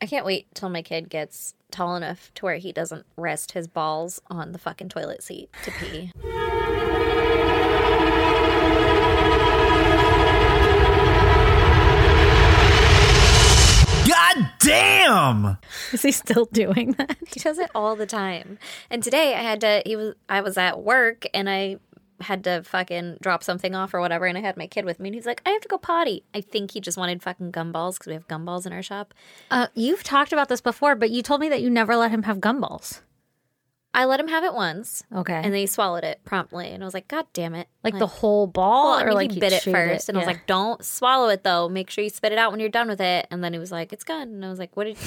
I can't wait till my kid gets tall enough to where he doesn't rest his balls on the fucking toilet seat to pee. God damn! Is he still doing that? he does it all the time. And today I had to he was I was at work and I had to fucking drop something off or whatever and I had my kid with me and he's like, I have to go potty. I think he just wanted fucking gumballs because we have gumballs in our shop. Uh, you've talked about this before, but you told me that you never let him have gumballs. I let him have it once. Okay. And then he swallowed it promptly. And I was like, God damn it. like, the whole ball, well, I or mean, like he bit it chewed first. And I was Yeah. like, Don't swallow it though. Make sure you spit it out when you're done with it. And then he was like, It's gone. And I was like, What did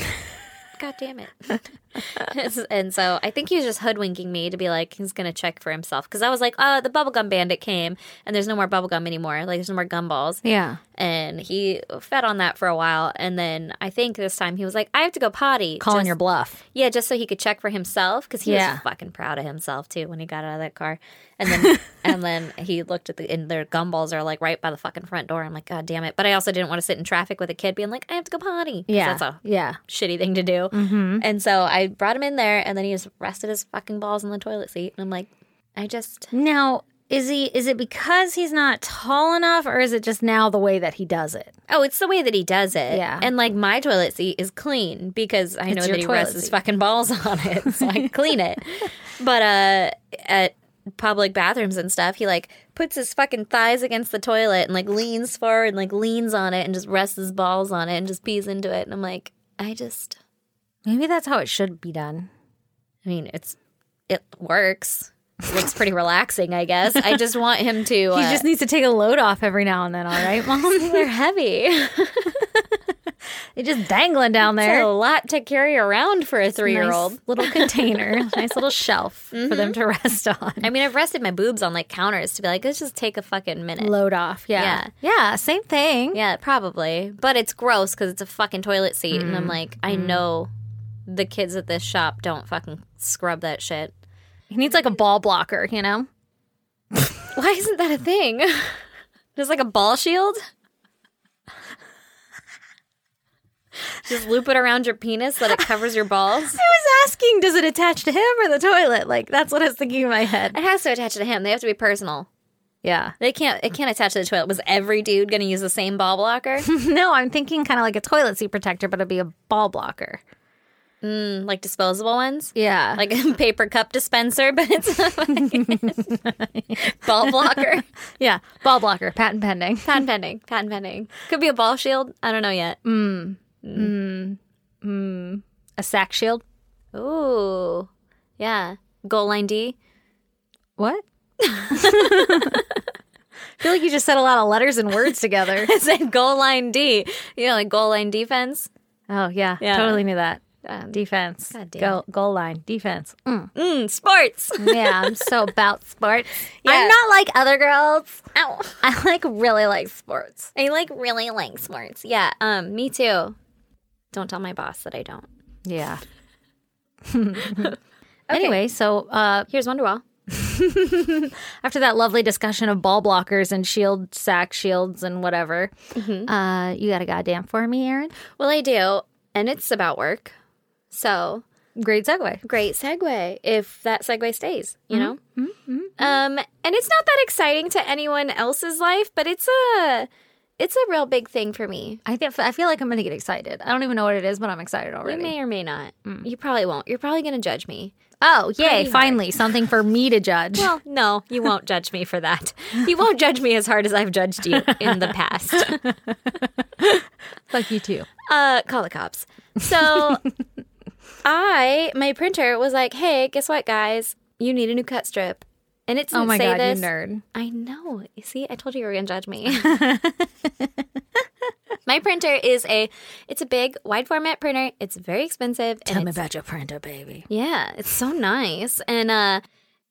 God damn it. and so I think he was just hoodwinking me to be like, he's going to check for himself. Cause I was like, oh, the bubblegum bandit came and there's no more bubblegum anymore. Like, there's no more gumballs. yeah. And he fed on that for a while. And then I think this time he was like, I have to go potty. Calling Just- your bluff. yeah, just so he could check for himself because he Yeah. was fucking proud of himself too when he got out of that car. And then and then he looked at the and their gumballs are like right by the fucking front door. I'm like, God damn it! But I also didn't want to sit in traffic with a kid being like, I have to go potty. 'Cause Yeah. Mm-hmm. that's a yeah. shitty thing to do. And so I brought him in there, and then he just rested his fucking balls in the toilet seat. And I'm like, I just Now, is he? Is it because he's not tall enough, or is it just now the way that he does it? Oh, it's the way that he does it. Yeah. And like my toilet seat is clean because I know your that he toilet rests his seat. fucking balls on it. So I clean it. But uh at public bathrooms and stuff, he like puts his fucking thighs against the toilet and like leans forward and like leans on it and just rests his balls on it and just pees into it. And I'm like, I just Maybe that's how it should be done. I mean, it's it works. It looks pretty relaxing, I guess. I just want him to He uh, just needs to take a load off every now and then. All right, mom. they're heavy. They're just dangling down They're there. a lot to carry around for a three year old. Nice little container, nice little shelf for them to rest on. I mean, I've rested my boobs on like counters to be like, let's just take a fucking minute. Load off. Yeah. Yeah. same thing. yeah, probably. But it's gross because it's a fucking toilet seat. And I'm like, I know the kids at this shop don't fucking scrub that shit. He needs like a ball blocker, you know? Why isn't that a thing? just like a ball shield? just loop it around your penis so that it covers your balls? I was asking, does it attach to him or the toilet? Like, that's what I was thinking in my head. It has to attach to him. They have to be personal. Yeah. They can't. It can't attach to the toilet. Was every dude going to use the same ball blocker? No, I'm thinking kind of like a toilet seat protector, but it'd be a ball blocker. like disposable ones? Yeah. Like, like a paper cup dispenser, but it's a ball blocker. yeah. Ball blocker, patent pending. Patent pending. Patent pending. Could be a ball shield. I don't know yet. Mm. A sack shield. Ooh, yeah. Goal line D. What? I feel like you just said a lot of letters and words together. It said goal line D. You know, like goal line defense. Oh, yeah. Yeah. Totally knew that. Uh, defense. God damn goal, goal line. Defense. Mm. Mm, sports. Yeah, I'm so about sports. Yeah. I'm not like other girls. Ow. I like really like sports. I like really like sports. Yeah. Um. Me too. Don't tell my boss that I don't. Yeah. Anyway, so uh, Here's Wonderwall. after that lovely discussion of ball blockers and shield sack shields and whatever, Mm-hmm. uh, you got a goddamn for me, Aaron? Well, I do, and it's about work. So Great segue. great segue if that segue stays, you know? Um, and it's not that exciting to anyone else's life, but it's a it's a real big thing for me. I think I feel like I'm gonna get excited. I don't even know what it is, but I'm excited You already. may or may not. You probably won't. You're probably going to judge me. oh, yay! Pretty hard. Finally, something for me to judge. Well, no, you won't judge me for that. You won't judge me as hard as I've judged you in the past. Fuck you too. Uh, call the cops. So I, my printer was like, "Hey, guess what, guys? You need a new cut strip." And it's Oh my say god, this. you nerd! I know. You see, I told you you were gonna judge me. My printer is a it's a big wide format printer. It's very expensive. and it's- about your printer, baby. Yeah, it's so nice. And uh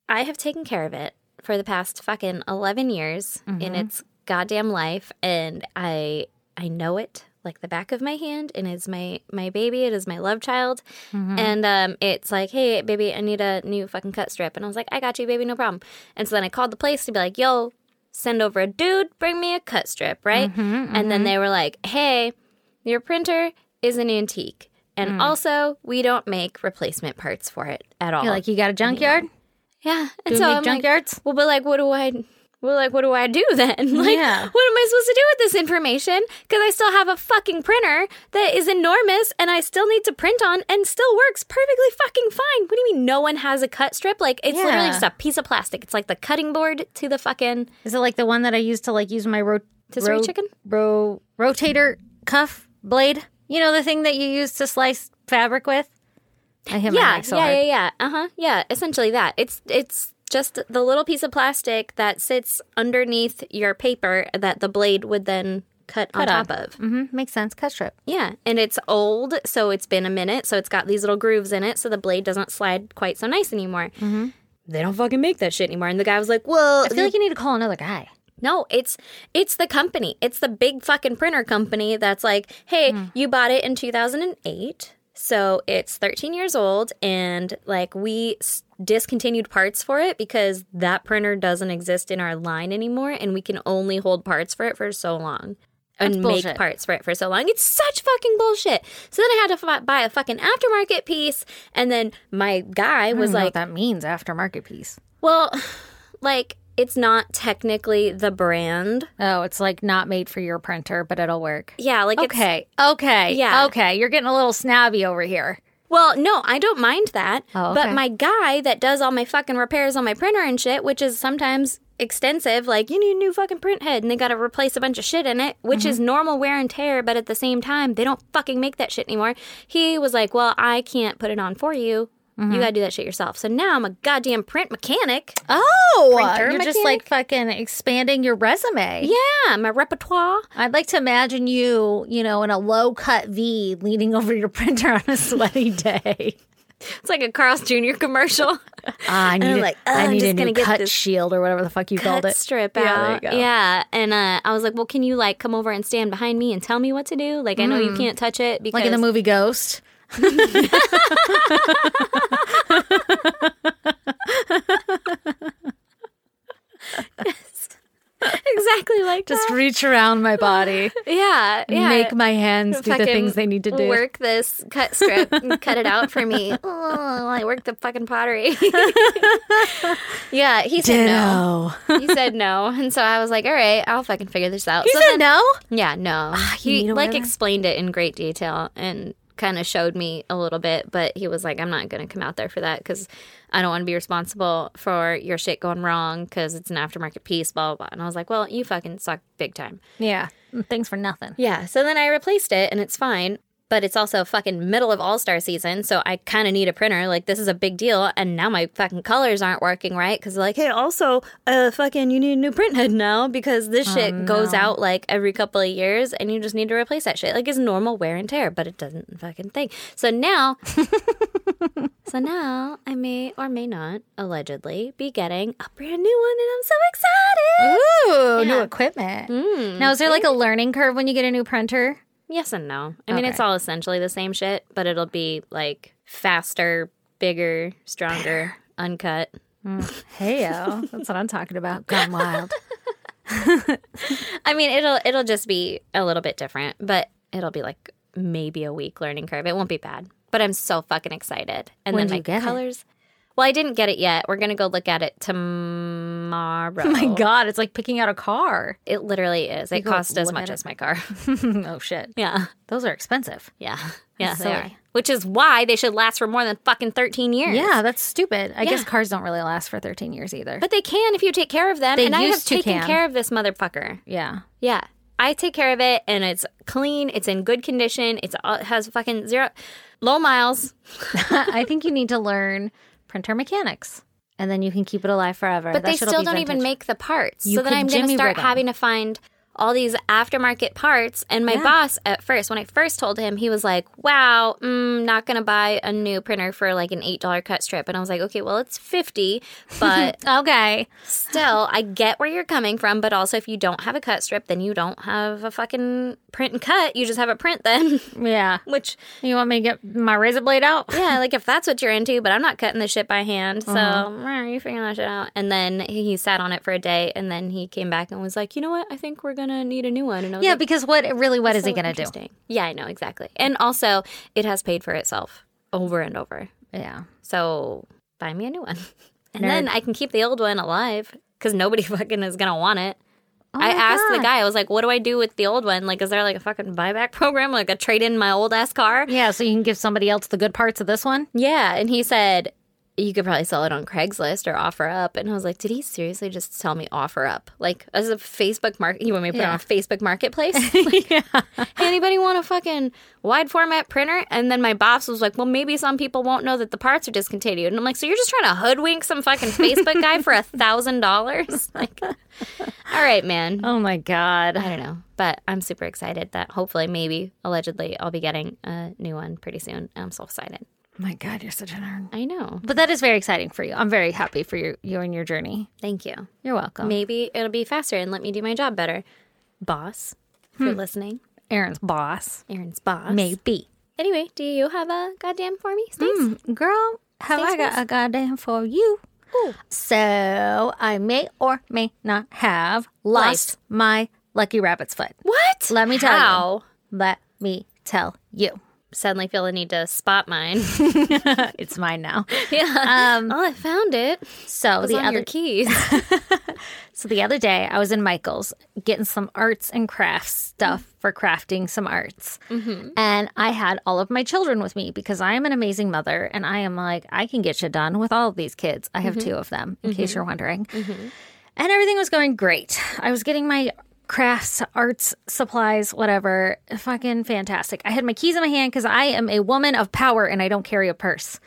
I have taken care of it for the past fucking eleven years Mm-hmm. in its goddamn life and I I know it like the back of my hand and it's my my baby, it is my love child. Mm-hmm. And um it's like, hey baby, I need a new fucking cut strip and I was like, I got you, baby, no problem. And so then I called the place to be like, yo, send over a dude, bring me a Mm-hmm, cut strip, right? And then they were like, hey, your printer is an antique And also, we don't make replacement parts for it at all. Mm. You're like, you got a junkyard? yeah. Do And we so make I'm like, junkyards? well, but like, what do I? Well, like, what do I do then? Like, Yeah. what am I supposed to do with this information? Because I still have a fucking printer that is enormous, and I still need to print on, and still works perfectly fucking fine. What do you mean? No one has a cut strip? Like, it's literally Yeah. just a piece of plastic. It's like the cutting board to the fucking. Is it like the one that I used to like use my ro- Rotisserie chicken? ro- rotator cuff blade? You know the thing that you use to slice fabric with? I hit my Yeah, mic so yeah, hard. yeah, yeah. Uh huh. Yeah, essentially that. It's it's just the little piece of plastic that sits underneath your paper that the blade would then cut, on on. top of. Mm-hmm. Makes sense. Cut strip. Yeah, and it's old, so it's been a minute, so it's got these little grooves in it, so the blade doesn't slide quite so nice anymore. Mm-hmm. They don't fucking make that shit anymore. And the guy was like, "Well, I feel like you need to call another guy. no, it's it's the company. It's the big fucking printer company that's like, hey, Hmm. you bought it in 2008, so it's 13 years old, and like we s- discontinued parts for it because that printer doesn't exist in our line anymore, and we can only hold parts for it for so long. And make bullshit. parts for it for so long. It's such fucking bullshit. So then I had to f- buy a fucking aftermarket piece. And then my guy I don't was know like, what that means aftermarket piece. well, like, it's not technically the brand. Oh, it's like not made for your printer, but it'll work. Yeah, like it's Okay. Okay. Yeah. Okay. You're getting a little snobby over here. Well, no, I don't mind that. Oh, okay. But my guy that does all my fucking repairs on my printer and shit, which is sometimes extensive, like you need a new fucking print head and they got to replace a bunch of shit in it, which Mm-hmm. is normal wear and tear, but at the same time, they don't fucking make that shit anymore. He was like, "Well, I can't put it on for you. Mm-hmm. You got to do that shit yourself." So now I'm a goddamn print mechanic. Oh, Printer you're just like mechanic? fucking expanding your resume. Yeah, my repertoire. I'd like to imagine you, you know, in a low cut V leaning over your printer on a sweaty day. It's like a Carl's Jr. commercial. Ah, I need, I'm a- like, "Oh, I I'm need a just new gonna get cut this shield or whatever the fuck you called cut it. strip Yeah, there out. you Yeah, go. and uh, I was like, "Well, can you like come over and stand behind me and tell me what to do? Like, I know you can't touch it because Mm. Like in the movie Ghost. exactly like Just that. reach around my body, yeah, yeah. make my hands do the Fucking things they need to do. Work this cut strip and cut it out for me. Oh, I work the fucking pottery. yeah, he said Ditto. no. He said no, and so I was like, "All right, I'll fucking figure this out." You so said then, no? yeah, no. Ah, you need he to like wear that? explained it in great detail and kind of showed me a little bit, but he was like, "I'm not going to come out there for that because I don't want to be responsible for your shit going wrong because it's an aftermarket piece." Blah, blah blah. And I was like, "Well, you fucking suck big time." Yeah. Thanks Mm, for nothing. Yeah. So then I replaced it and it's fine. But it's also fucking middle of All Star season, so I kind of need a printer. Like this is a big deal, and now my fucking colors aren't working right because like, hey, also, uh, fucking, you need a new printhead now because this shit goes out like every couple of years, and you just need to replace that shit. Like it's normal wear and tear, but it doesn't fucking thing. So now, so now I may or may not allegedly be getting a brand new one, and I'm so excited. Ooh, Mm. new Yeah. equipment. now, is there like a learning curve when you get a new printer? Yes and no. I mean, it's Okay. all essentially the same shit, but it'll be like faster, bigger, stronger, uncut. Hey, that's what I'm talking about. Gone wild. I mean, it'll it'll just be a little bit different, but it'll be like maybe a week learning curve. It won't be bad, but I'm so fucking excited. And then When do my you get it? colors. Well, I didn't get it yet. We're gonna go look at it tomorrow. Oh my God, it's like picking out a car. It literally is. It go costs as look at much it? as my car. oh shit. yeah, Those are expensive. yeah, yeah. That's They are. silly. Which is why they should last for more than fucking thirteen years. Yeah, that's stupid. I guess Yeah. cars don't really last for 13 years either. But they can if you take care of them. They and I have used to taken can. care of this motherfucker. yeah. Yeah. I take care of it and it's clean, it's in good condition, it's all, it has fucking zero low miles. I think you need to learn printer mechanics and then you can keep it alive forever. But That they shit'll still be don't even vintage. make the parts. You so then could I'm going jimmy to start rig 'em. having to find all these aftermarket parts. And my boss at first, when I first told him, he was like, wow, mm, not going to buy a new printer for like an $8 cut strip. And I was like, okay, well, it's 50 but Okay. Still, I get where you're coming from, but also if you don't have a cut strip, then you don't have a fucking print and cut. You just have a print then, Yeah. which, You want me to get my razor blade out? yeah, like if that's what you're into, but I'm not cutting this shit by hand. So, Uh-huh. mm, you figuring that shit out. And then he he sat on it for a day and then he came back and was like, you know what? I think we're going gonna need a new one. And I was Yeah, like, because what really what is so it going to do? interesting. Yeah, I know exactly. And also, it has paid for itself over and over. Yeah. So buy me a new one, and Nerd. then I can keep the old one alive because nobody fucking is gonna want it. I Oh my asked the God. guy. I was like, "What do I do with the old one? Like, is there like a fucking buyback program? Like, a trade in my old ass car?" Yeah, so you can give somebody else the good parts of this one? Yeah, and he said you could probably sell it on Craigslist or offer up. And I was like, did he seriously just tell me offer up? Like as a Facebook market, you want me to put Yeah. on a Facebook marketplace? Like, Anybody want a fucking wide format printer? And then my boss was like, well, maybe some people won't know that the parts are discontinued. And I'm like, so you're just trying to hoodwink some fucking Facebook guy for a thousand dollars? Like, all right, man. Oh my god. I don't know, but I'm super excited that hopefully, maybe, allegedly, I'll be getting a new one pretty soon. I'm so excited. Oh my god, you're such an nerd. I know. But that is very exciting for you. I'm very happy for you you and your journey. Thank you. You're welcome. Maybe it'll be faster and let me do my job better. Boss, if you're listening, Aaron's boss. Aaron's boss. Maybe. Anyway, do you have a goddamn for me, Stace? Hmm, Girl, have Thanks, I got miss. a goddamn for you? So I may or may not have lost my lucky rabbit's foot. What? Let me tell you. How? Let me tell you. Suddenly feel the need to spot mine. It's mine now. yeah. oh, I found it. So It's the on other your keys. So the other day, I was in Michael's getting some arts and crafts stuff for crafting some arts. And I had all of my children with me because I am an amazing mother and I am like, I can get shit done with all of these kids. I have two of them, in case you're wondering. And everything was going great. I was getting my crafts, arts, supplies, whatever. Fucking fantastic. I had my keys in my hand because I am a woman of power and I don't carry a purse.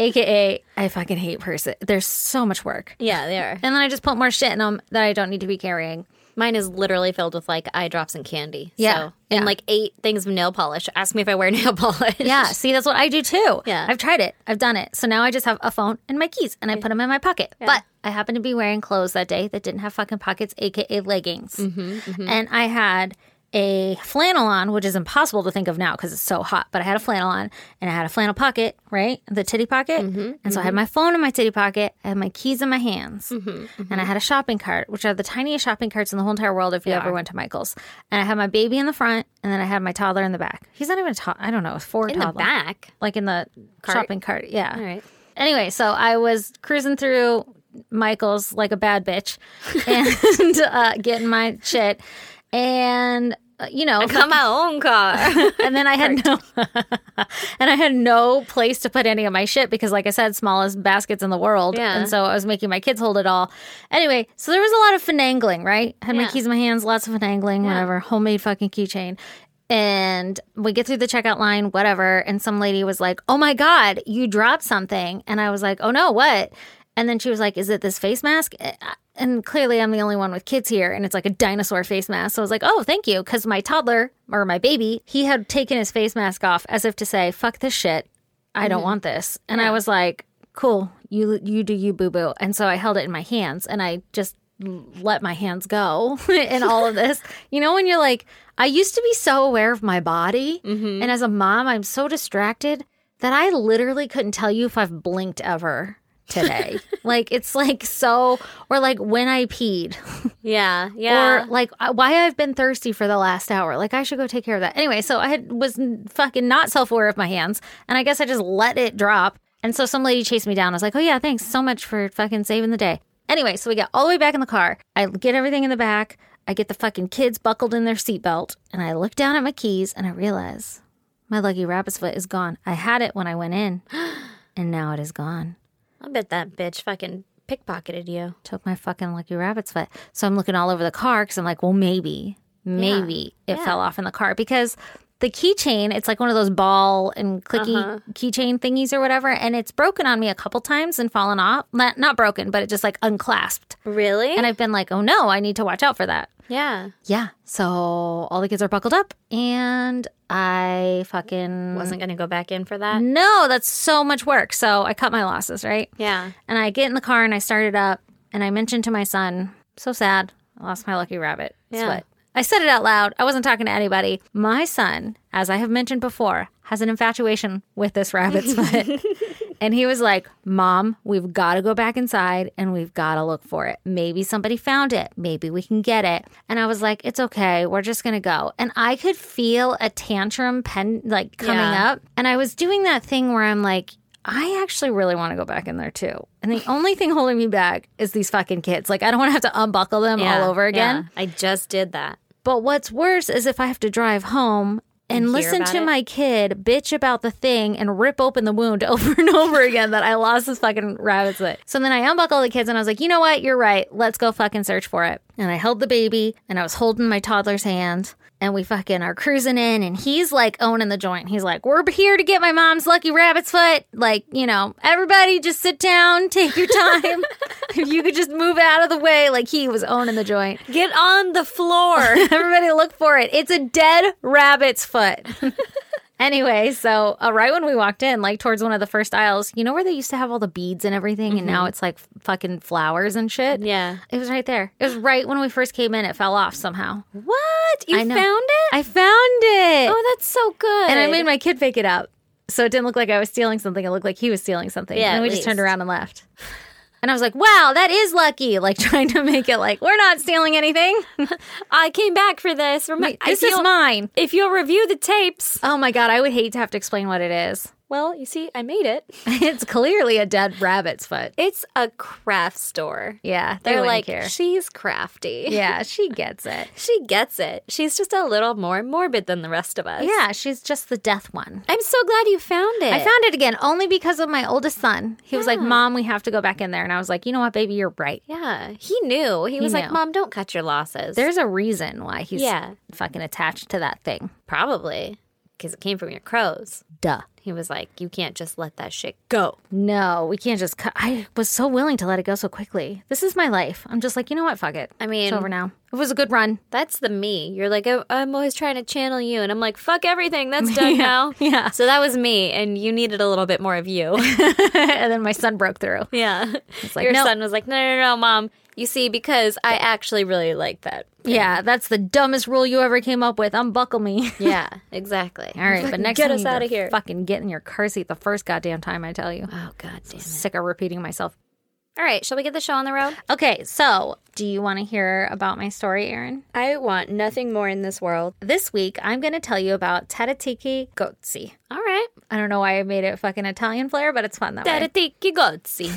AKA, I fucking hate purses. There's so much work. yeah, they are. And then I just put more shit in them that I don't need to be carrying. Mine is literally filled with like eye drops and candy. Yeah, So, and yeah. like eight things of nail polish. Ask me if I wear nail polish. Yeah, see, that's what I do too. Yeah. I've tried it, I've done it. So now I just have a phone and my keys and I put them in my pocket. But I happened to be wearing clothes that day that didn't have fucking pockets, AKA leggings. And I had a flannel on, which is impossible to think of now because it's so hot, but I had a flannel on and I had a flannel pocket, right? The titty pocket. And so I had my phone in my titty pocket, I had my keys in my hands, and I had a shopping cart, which are the tiniest shopping carts in the whole entire world if you ever went to Michael's. And I had my baby in the front, and then I had my toddler in the back. He's not even a toddler, I don't know, four In the back. like in the shopping cart. Yeah. All right. Anyway, so I was cruising through Michael's like a bad bitch and uh, getting my shit. And, uh, you know, Got my own car. and then I had no, and I had no place to put any of my shit because, like I said, smallest baskets in the world, Yeah. and so I was making my kids hold it all. Anyway, so there was a lot of finagling, right? Had my Yeah. keys in my hands, lots of finagling, whatever, homemade fucking keychain. And we get through the checkout line, whatever, and some lady was like, "Oh my god, you dropped something," and I was like, "Oh no, what?" And then she was like, "Is it this face mask?" Eh, And clearly, I'm the only one with kids here, and it's like a dinosaur face mask. So I was like, "Oh, thank you," because my toddler or my baby, he had taken his face mask off as if to say, "Fuck this shit, I don't want this." And I was like, "Cool, you you do you, boo boo." And so I held it in my hands, and I just let my hands go in all of this. You know, when you're like, I used to be so aware of my body, and as a mom, I'm so distracted that I literally couldn't tell you if I've blinked ever today. like it's like so, or like when I peed, yeah. Yeah. or like I- why I've been thirsty for the last hour. Like I should go take care of that. Anyway, so I had, was n- fucking not self aware of my hands, and I guess I just let it drop. And so some lady chased me down. I was like, "Oh yeah, thanks so much for fucking saving the day." Anyway, so we get all the way back in the car. I get everything in the back. I get the fucking kids buckled in their seatbelt, and I look down at my keys, and I realize my lucky rabbit's foot is gone. I had it when I went in, and now it is gone. I bet that bitch fucking pickpocketed you. took my fucking lucky rabbit's foot. So I'm looking all over the car because I'm like, well, maybe, maybe it fell off in the car because the keychain, it's like one of those ball and clicky keychain thingies or whatever. And it's broken on me a couple times and fallen off. Not, not broken, but it just like unclasped. Really? And I've been like, oh no, I need to watch out for that. yeah. Yeah. So all the kids are buckled up and I fucking. Wasn't going to go back in for that. No, that's so much work. So I cut my losses, right? Yeah. And I get in the car and I start it up. And I mentioned to my son, so sad. I lost my lucky rabbit. It's Yeah. what- I said it out loud. I wasn't talking to anybody. My son, as I have mentioned before, has an infatuation with this rabbit's foot. And he was like, Mom, we've got to go back inside and we've got to look for it. Maybe somebody found it. Maybe we can get it. And I was like, It's okay. We're just going to go. And I could feel a tantrum pen like coming Yeah. up. And I was doing that thing where I'm like, I actually really want to go back in there too. And the only thing holding me back is these fucking kids. Like, I don't want to have to unbuckle them Yeah, all over again. yeah. I just did that. But what's worse is if I have to drive home and, hear listen about to it? my kid bitch about the thing and rip open the wound over and over again that I lost this fucking rabbit's foot. So then I unbuckle the kids and I was like, you know what? You're right. Let's go fucking search for it. And I held the baby and I was holding my toddler's hand. And we fucking are cruising in, and he's like owning the joint. He's like, We're here to get my mom's lucky rabbit's foot. Like, you know, everybody just sit down, take your time. if you could just move out of the way, like he was owning the joint. Get on the floor. Everybody look for it. It's a dead rabbit's foot. anyway, so uh, right when we walked in, like towards one of the first aisles, you know where they used to have all the beads and everything, and now it's like f- fucking flowers and shit? Mm-hmm. yeah. It was right there. It was right when we first came in. It fell off somehow. What? You I know. found it? I found it. oh, that's so good. and I made my kid pick it up. So it didn't look like I was stealing something. It looked like he was stealing something. Yeah, and at we just turned least. around and left. And I was like, wow, that is lucky. Like trying to make it like, we're not stealing anything. I came back for this. Remember, I This is feel- mine. If you'll review the tapes. Oh my God, I would hate to have to explain what it is. Well, you see, I made it. It's clearly a dead rabbit's foot. It's a craft store. Yeah, they They're wouldn't like, care. she's crafty. yeah, she gets it. She gets it. She's just a little more morbid than the rest of us. Yeah, she's just the death one. I'm so glad you found it. Ah. I found it again only because of my oldest son. He was like, Mom, we have to go back in there. And I was like, You know what, baby, you're right. Yeah. He knew. He was like, knew. Mom, don't cut your losses. There's a reason why he's Yeah. fucking attached to that thing. probably because it came from your crows. Duh. He was like, You can't just let that shit go. No, we can't just cut. I was so willing to let it go so quickly. This is my life. I'm just like, You know what? Fuck it. I mean- it's over now. It was a good run. That's the me. You're like, "I- I'm always trying to channel you. And I'm like, Fuck everything. That's done now. yeah. So that was me. And you needed a little bit more of you. and then my son broke through. yeah. like, your "No." son was like, No, no, no, Mom. You see, because I actually really like that. Yeah, that's the dumbest rule you ever came up with. Unbuckle me. Yeah, exactly. All right, but Fucking next get time us you out of here. Fucking get in your car seat the first goddamn time I tell you. Oh god damn it. Sick of repeating myself. All right, shall we get the show on the road? Okay, so do you want to hear about my story, Erin? I want nothing more in this world. This week I'm going to tell you about Tadatiki Gozzi. All right. I don't know why I made it fucking Italian flair, but it's fun that way. Tadatiki gozzi.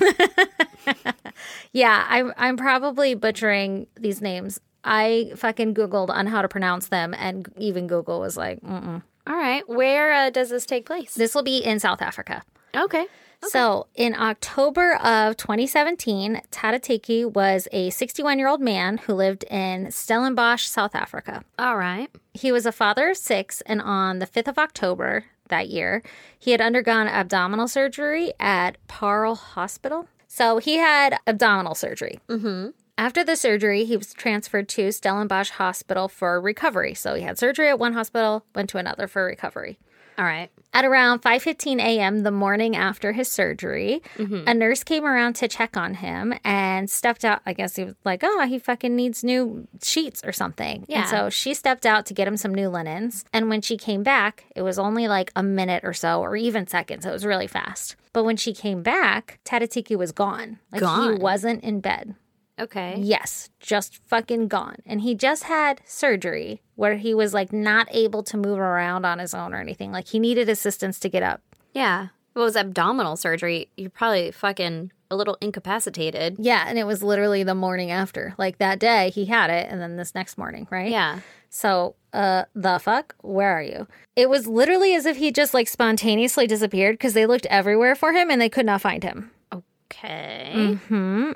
Yeah, I'm I'm probably butchering these names. I fucking googled on how to pronounce them, and even Google was like, Mm-mm. All right. Where uh, does this take place? "This will be in South Africa." Okay. So, in October of 2017, Tadateki was a 61 year old man who lived in Stellenbosch, South Africa. All right. He was a father of six, and on the 5th of October that year, he had undergone abdominal surgery at Parle Hospital. So, he had abdominal surgery. Mm-hmm. After the surgery, he was transferred to Stellenbosch Hospital for recovery. So, he had surgery at one hospital, went to another for recovery. All right. At around 5:15 a.m. the morning after his surgery, Mm-hmm. a nurse came around to check on him and stepped out. I guess he was like, "Oh, he fucking needs new sheets or something." Yeah. And so she stepped out to get him some new linens, and when she came back, it was only like a minute or so or even seconds. It was really fast. But when she came back, Tadatiki was gone. Like Gone. he wasn't in bed. Okay. Yes, just fucking gone. And he just had surgery where he was like not able to move around on his own or anything. Like he needed assistance to get up. Yeah. Well, it was abdominal surgery. You're probably fucking a little incapacitated. Yeah, and it was literally the morning after. Like that day he had it and then this next morning, right? Yeah. So, uh the fuck, where are you? It was literally as if he just like spontaneously disappeared because they looked everywhere for him and they could not find him. Hmm? Okay.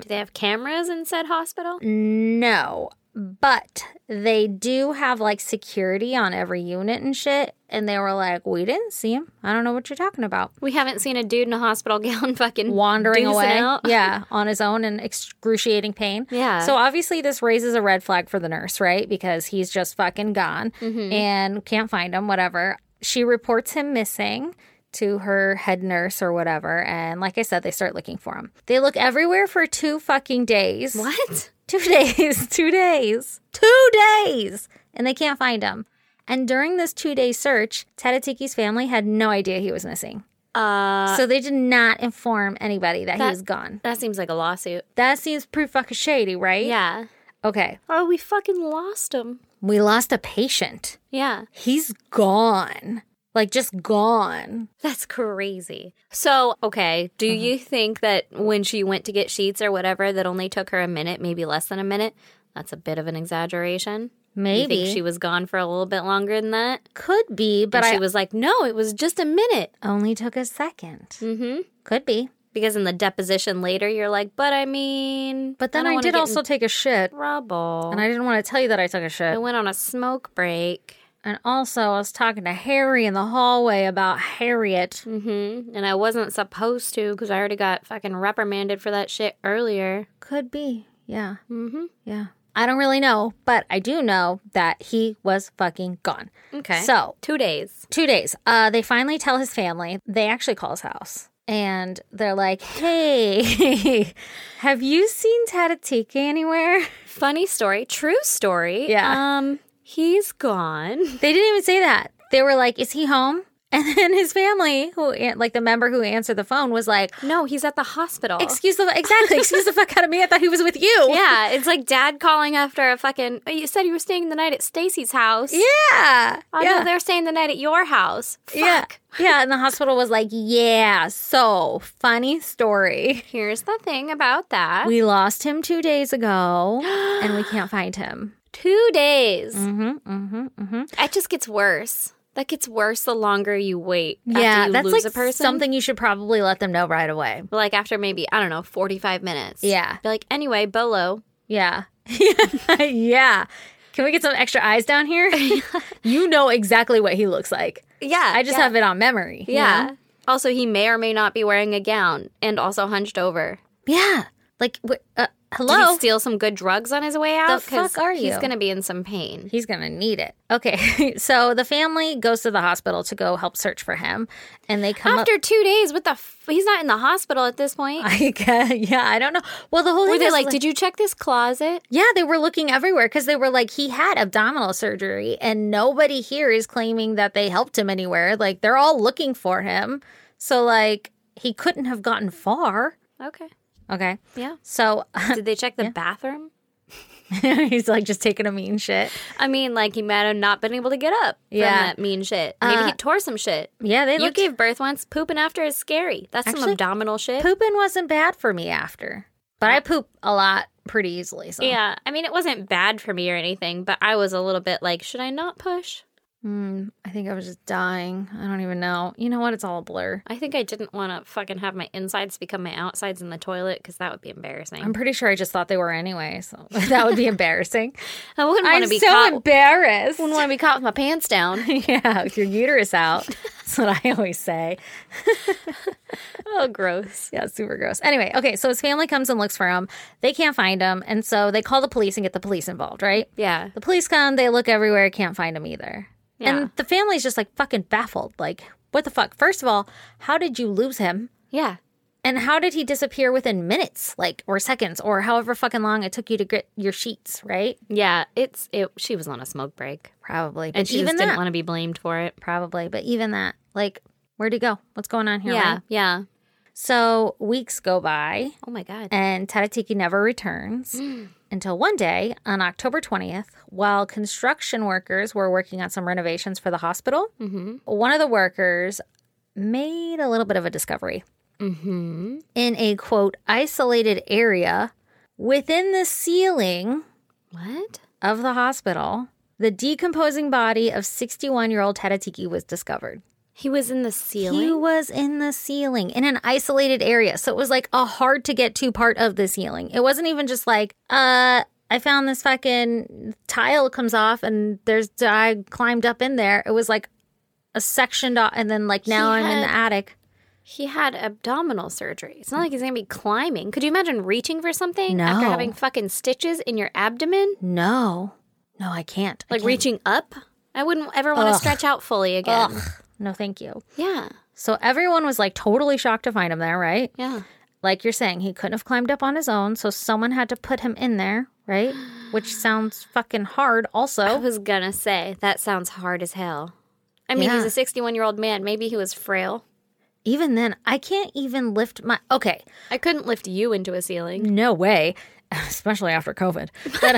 Do they have cameras in said hospital? No, but they do have like security on every unit and shit. And they were like, we didn't see him. I don't know what you're talking about. We haven't seen a dude in a hospital gown fucking Wandering doozing away. out. Yeah, on his own in excruciating pain. Yeah. So obviously, this raises a red flag for the nurse, right? Because he's just fucking gone Mm-hmm. and can't find him, whatever. She reports him missing to her head nurse or whatever. And like I said, they start looking for him. They look everywhere for two fucking days. What? Two days, two days, two days, and they can't find him. And during this two day search, Tadatiki's family had no idea he was missing. Uh, so they did not inform anybody that, he That- was gone. that seems like a lawsuit. That seems pretty fucking shady, right? Yeah. Okay. Oh, we fucking lost him. We lost a patient. Yeah. He's gone. Like just gone. That's crazy. So, okay, do Mm-hmm. you think that when she went to get sheets or whatever, that only took her a minute, maybe less than a minute? That's a bit of an exaggeration. You Maybe think she was gone for a little bit longer than that? could be, but But I she was like, no, it was just a minute. only took a 2nd Mm-hmm. Could be. Because in the deposition later, you're like, but I mean, But then I, don't wanna did get also in take a shit. trouble. And I didn't want to tell you that I took a I shit. went on a smoke break, And also, I was talking to Harry in the hallway about Harriet. Mm-hmm. and I wasn't supposed to because I already got fucking reprimanded for that shit earlier. Could be. Yeah. Mm-hmm. Yeah. I don't really know, but I do know that he was fucking gone. Okay. So Two days. two days. Uh, they finally tell his family. They actually call his house. And they're like, hey, have you seen Tatatiki anywhere? Funny story, true story. Yeah. Um, he's gone. They didn't even say that. They were like, is he home? And then his family, who like the member who answered the phone, was like, No, he's at the hospital. excuse the exactly, excuse the fuck out of me. I thought he was with you. yeah, it's like dad calling after a fucking. "Oh, You said you were staying the night at Stacy's house. Yeah. Oh, yeah. no, they're staying the night at your house. Fuck. Yeah. Yeah. And the hospital was like, yeah. So funny story. Here's the thing about that. We lost him two days ago and we can't find him. Two days. Mm-hmm, mm-hmm, mm-hmm. It just gets worse. That gets worse the longer you wait. after Yeah, you that's lose like a person. something you should probably let them know right away. Like after maybe I don't know, forty five minutes. Yeah. Be like anyway, Bolo. Yeah. yeah. Can we get some extra eyes down here? you know exactly what he looks like. Yeah, I just have it on memory. you Yeah. know? Also, he may or may not be wearing a gown and also hunched over. Yeah. Like, wh- uh, Did hello? he steal some good drugs on his way out? 'Cause fuck are He's you? gonna be in some pain. He's going to need it. Okay. so the family goes to the hospital to go help search for him. And they come up. After two days, what the? F- he's not in the hospital at this point. I guess, yeah, I don't know. Well, the whole Were thing they is, like, did you check this closet? Yeah, they were looking everywhere because they were like, he had abdominal surgery, and nobody here is claiming that they helped him anywhere. Like, they're all looking for him. So, like, he couldn't have gotten far. Okay. Okay. Yeah. So Did they check the bathroom? he's like just taking a mean shit. I mean, like he might have not been able to get up Yeah. from that mean shit. Maybe he tore some shit. Yeah, they You looked. gave birth once. Pooping after is scary. That's some Actually, abdominal shit. Pooping wasn't bad for me after, but I poop a lot pretty easily. So, Yeah. I mean, it wasn't bad for me or anything, but I was a little bit like, should I not push? Mm, I think I was just dying. I don't even know. You know what? It's all a blur. I think I didn't want to fucking have my insides become my outsides in the toilet because that would be embarrassing. I'm pretty sure I just thought they were anyway. So that would be embarrassing. I wouldn't want I'm to be so caught. embarrassed. wouldn't want to be caught with my pants down. Yeah, with your uterus out. That's what I always say. oh, gross. Yeah, it's super gross. Anyway, okay, so his family comes and looks for him. They can't find him. And so they call the police and get the police involved, right? Yeah. The police come, they look everywhere, can't find him either. Yeah. And the family's just like fucking baffled. Like, what the fuck? First of all, how did you lose him? Yeah. And how did he disappear within minutes, like, or seconds, or however fucking long it took you to get your sheets, right? Yeah. It's it. She was on a smoke break, Probably. But and she even just that, didn't want to be blamed for it. probably. But even that, like, where'd he go? What's going on here? Yeah. right? Yeah. So weeks go by. Oh my god. and Tadatiki never returns until one day on October 20th, while construction workers were working on some renovations for the hospital, Mm-hmm. one of the workers made a little bit of a discovery. In a quote, isolated area within the ceiling What? of the hospital, the decomposing body of 61 year old Tadatiki was discovered. He was in the ceiling. He was in the ceiling in an isolated area. So it was like a hard to get to part of the ceiling. It wasn't even just like, uh, I found this fucking tile comes off and there's I climbed up in there. It was like a sectioned off and then like now He I'm in the attic. He had abdominal surgery. It's not like he's gonna be climbing. Could you imagine reaching for something No. after having fucking stitches in your abdomen? No. No, I can't. I Like can't. reaching up? I wouldn't ever want to stretch out fully again. Ugh. No, thank you. Yeah. So everyone was like totally shocked to find him there, right? Yeah. Like you're saying, he couldn't have climbed up on his own, so someone had to put him in there, right? Which sounds fucking hard I also. was gonna say that sounds hard as hell. I mean, he's Yeah. a 61 year old man. Maybe he was frail. even then, I can't even lift my. Okay, I couldn't lift you into a ceiling. no way especially after covid but,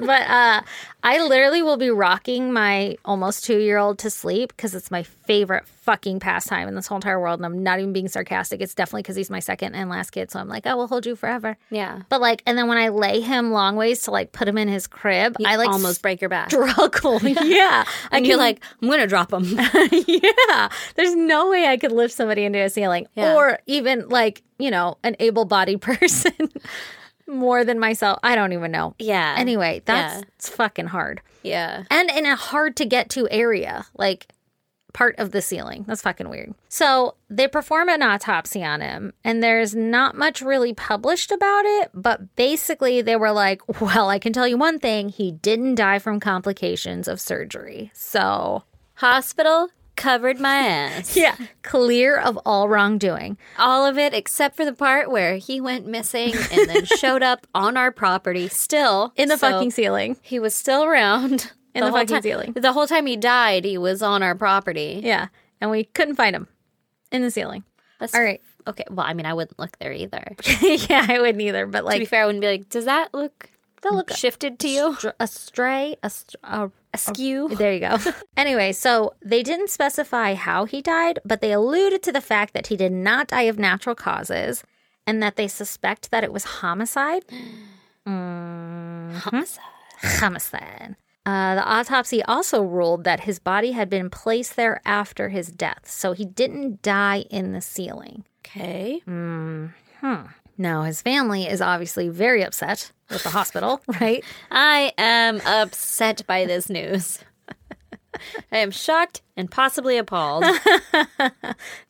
but uh, i literally will be rocking my almost two year old to sleep because it's my favorite fucking pastime in this whole entire world and i'm not even being sarcastic it's definitely because he's my second and last kid so i'm like i will hold you forever Yeah. but like and then when i lay him long ways to like put him in his crib i like almost break your back. struggle yeah i And can you're like, I'm gonna drop him. yeah. There's no way I could lift somebody into a ceiling Yeah. or even like, you know, an able bodied person more than myself. I don't even know. yeah. Anyway, that's Yeah. it's fucking hard. Yeah. And in a hard to get to area, like part of the ceiling. That's fucking weird. So they perform an autopsy on him, and there's not much really published about it, but basically they were like, well, I can tell you one thing he didn't die from complications of surgery. So. Hospital covered my ass. Yeah. Clear of all wrongdoing. All of it except for the part where he went missing and then showed up on our property still In the So fucking ceiling. He was still around In the whole fucking ti- ceiling. The whole time he died, he was on our property. Yeah. And we couldn't find him in the ceiling. That's- All right. Okay. Well, I mean, I wouldn't look there either. yeah, I wouldn't either, but to be like fair, I wouldn't be like, does that look that look shifted to you? str- a stray, a, str- a Askew. there you go. anyway, so they didn't specify how he died, but they alluded to the fact that he did not die of natural causes and that they suspect that it was homicide. Homicide. Homicide. Uh, the autopsy also ruled that his body had been placed there after his death, so he didn't die in the ceiling. Okay. Now, his family is obviously very upset with the hospital, right? I am upset by this news. I am shocked and possibly appalled.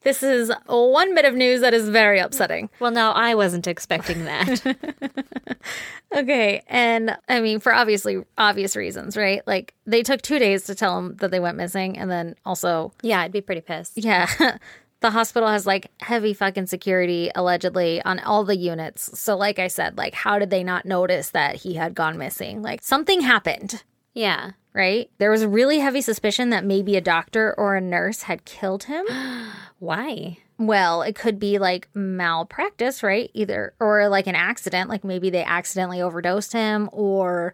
This is one bit of news that is very upsetting. well, no, I wasn't expecting that. Okay, and I mean, for obviously obvious reasons, right? Like, they took two days to tell him that they went missing, and then also, yeah, I'd be pretty pissed. yeah. The hospital has like heavy fucking security allegedly on all the units. So, like I said, like, how did they not notice that he had gone missing? Like, something happened. Yeah. right? There was really heavy suspicion that maybe a doctor or a nurse had killed him. Why? well, it could be like malpractice, right? Either or like an accident, like maybe they accidentally overdosed him or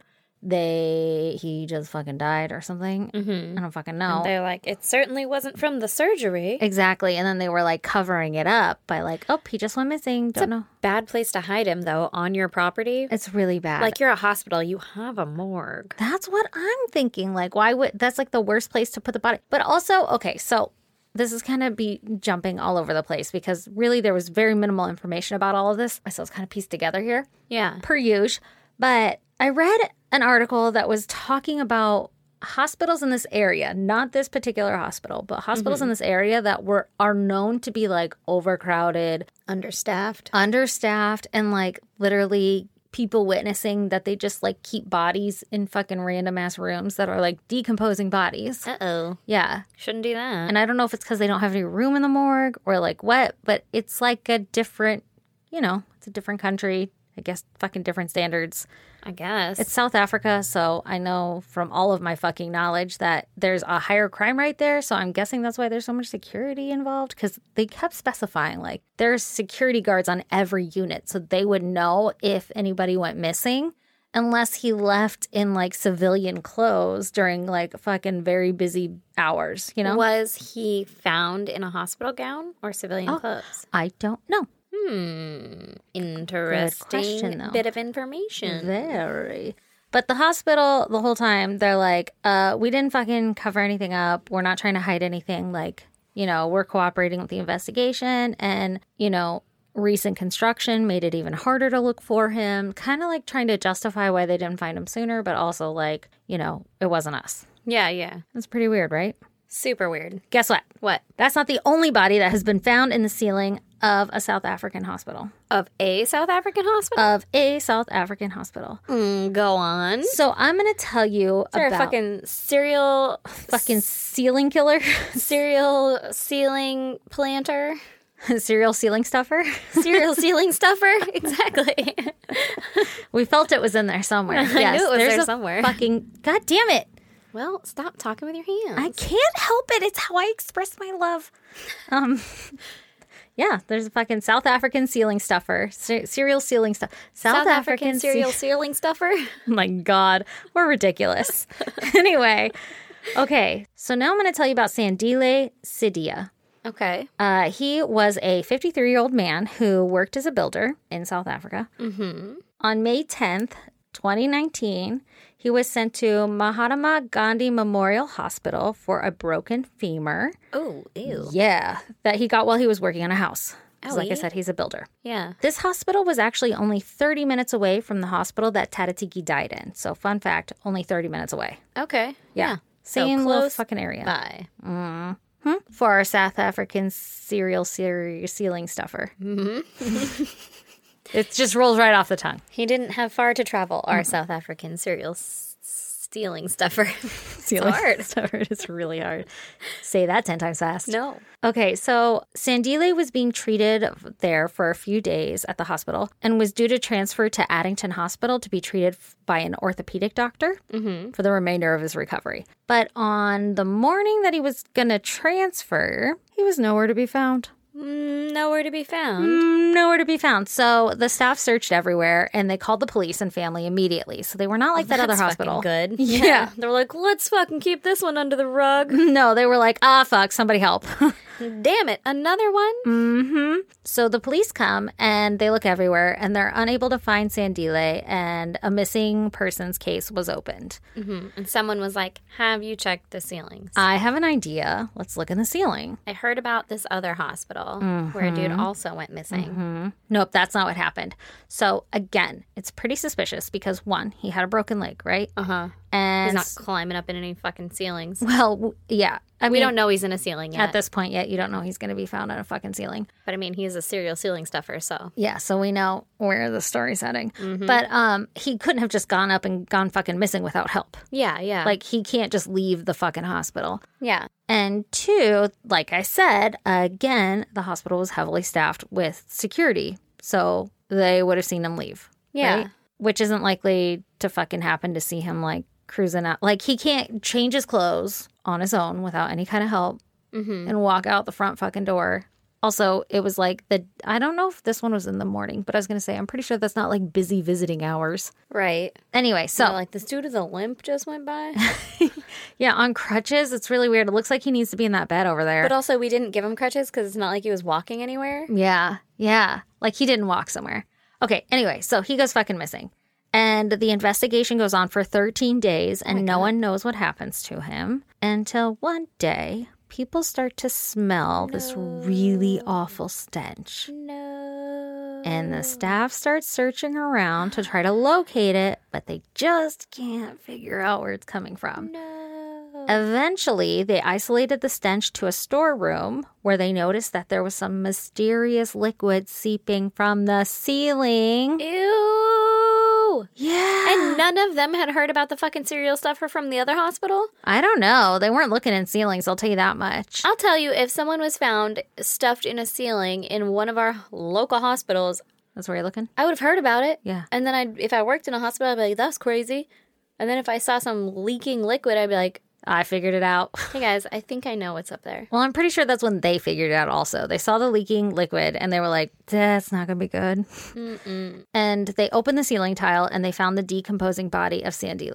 they he just fucking died or something. I don't fucking know. They're like, it certainly wasn't from the surgery. exactly. And then they were like covering it up by like, "Oh, he just went missing." Don't know. Bad place to hide him, though, on your property. It's really bad. Like, you're a hospital, you have a morgue. That's what I'm thinking. Like, why would that's like the worst place to put the body? But also, okay, so this is kind of be jumping all over the place because really there was very minimal information about all of this. So it's kind of pieced together here Yeah. per usual. But I read an article that was talking about hospitals in this area, not this particular hospital, but hospitals in this area that were are known to be like overcrowded, Understaffed. understaffed and like literally people witnessing that they just like keep bodies in fucking random ass rooms that are like decomposing bodies. Uh oh. Yeah. Shouldn't do that. And I don't know if it's because they don't have any room in the morgue or like what, but it's like a different, you know, it's a different country. I guess fucking different standards. I guess. It's South Africa, so I know from all of my fucking knowledge that there's a higher crime rate there. So I'm guessing that's why there's so much security involved because they kept specifying like there's security guards on every unit, so they would know if anybody went missing unless he left in like civilian clothes during like fucking very busy hours, you know? Was he found in a hospital gown or civilian Oh, clothes? I don't know. Interesting question, though. bit of information. Very. But the hospital, the whole time, they're like, uh, we didn't fucking cover anything up. We're not trying to hide anything. Like, you know, we're cooperating with the investigation. And, you know, recent construction made it even harder to look for him. Kind of like trying to justify why they didn't find him sooner, but also like, you know, it wasn't us. Yeah, yeah. That's pretty weird, right? Super weird. Guess what? What? That's not the only body that has been found in the ceiling of a South African hospital. Of a South African hospital? Of a South African hospital. Mm, go on. Is So I'm going to tell you there a Uh, about fucking serial fucking ceiling killer, serial ceiling planter? serial ceiling stuffer. Serial ceiling stuffer? Exactly. We felt it was in there somewhere. I Yes, knew it was there's there a somewhere. Fucking god damn it! well, stop talking with your hands. I can't help it. It's how I express my love. Um, Yeah, there's a fucking South African ceiling stuffer, ce- cereal ceiling stuff. South, South African, ce- cereal sealing stuffer. my God, we're ridiculous. anyway, okay, so now I'm going to tell you about Sandile Sidia. Okay. Uh, he was a 53 year old man who worked as a builder in South Africa. Mm-hmm. On May 10th, 2019, he was sent to Mahatma Gandhi Memorial Hospital for a broken femur. Oh, ew. Yeah, that he got while he was working on a house. 'Cause Like I Owie. said, he's a builder. Yeah. This hospital was actually only 30 minutes away from the hospital that Tatatiki died in. So, fun fact, only 30 minutes away. Okay. Yeah. So Same little close fucking area. Bye. For our South African cereal cere- ceiling stuffer. Mm-hmm. it just rolls right off the tongue. He didn't have far to travel, our South African cereal s- stealing stuffer. Ceiling hard. stuffer is really hard. Say that 10 times fast. no. Okay, so Sandile was being treated there for a few days at the hospital and was due to transfer to Addington Hospital to be treated f- by an orthopedic doctor Mm-hmm. for the remainder of his recovery. But on the morning that he was going to transfer, he was nowhere to be found. Mm, Nowhere to be found. Mm, Nowhere to be found. So the staff searched everywhere and they called the police and family immediately. So they were not like that other Oh, That's fucking hospital. Good. Yeah. They're like, let's fucking keep this one under the rug. No, they were like, ah, fuck, somebody help. Mm. Damn it. Another one? So the police come and they look everywhere and they're unable to find Sandile, and a missing persons case was opened. And someone was like, have you checked the ceilings? I have an idea. Let's look in the ceiling. I heard about this other hospital where a Mm-hmm. dude also went missing. Nope, that's not what happened. So again, it's pretty suspicious because one, he had a broken leg, right? Uh huh. And He's not climbing up in any fucking ceilings. well, w- Mm. yeah. I We mean, don't know he's in a ceiling at yet. this point yet. You don't know he's going to be found on a fucking ceiling. but I mean, he's a serial ceiling stuffer, so. Yeah, so we know where the story's heading. But um, he couldn't have just gone up and gone fucking missing without help. Yeah, yeah. Like he can't just leave the fucking hospital. yeah. And two, like I said, again, the hospital was heavily staffed with security. So they would have seen him leave. Yeah. Which isn't likely to fucking happen to see him like cruising out. Like he can't change his clothes on his own without any kind of help Mm-hmm. and walk out the front fucking door. Also, it was like the, I don't know if this one was in the morning, but I was going to say, I'm pretty sure that's not like busy visiting hours. Right. Anyway, so So, like, this dude with a limp just went by. yeah, on crutches, it's really weird. It looks like he needs to be in that bed over there. but also, we didn't give him crutches because it's not like he was walking anywhere. Yeah. Yeah. Like he didn't walk somewhere. Okay. Anyway, so he goes fucking missing. And the investigation goes on for 13 days, and no one knows what happens to him until one day people start to smell this really awful stench. No. And the staff starts searching around to try to locate it, but they just can't figure out where it's coming from. No. Eventually, they isolated the stench to a storeroom where they noticed that there was some mysterious liquid seeping from the ceiling. Ew. Yeah. And none of them had heard about the fucking serial stuffer from the other hospital. I don't know. They weren't looking in ceilings, I'll tell you that much. I'll tell you, if someone was found stuffed in a ceiling in one of our local hospitals, That's where you're looking? I would have heard about it. Yeah. And then I'd, if I worked in a hospital, I'd be like, that's crazy. And then if I saw some leaking liquid, I'd be like, I figured it out. hey guys, I think I know what's up there. Well, I'm pretty sure that's when they figured it out also. They saw the leaking liquid and they were like, that's not going to be good. And they opened the ceiling tile and they found the decomposing body of Mm-hmm.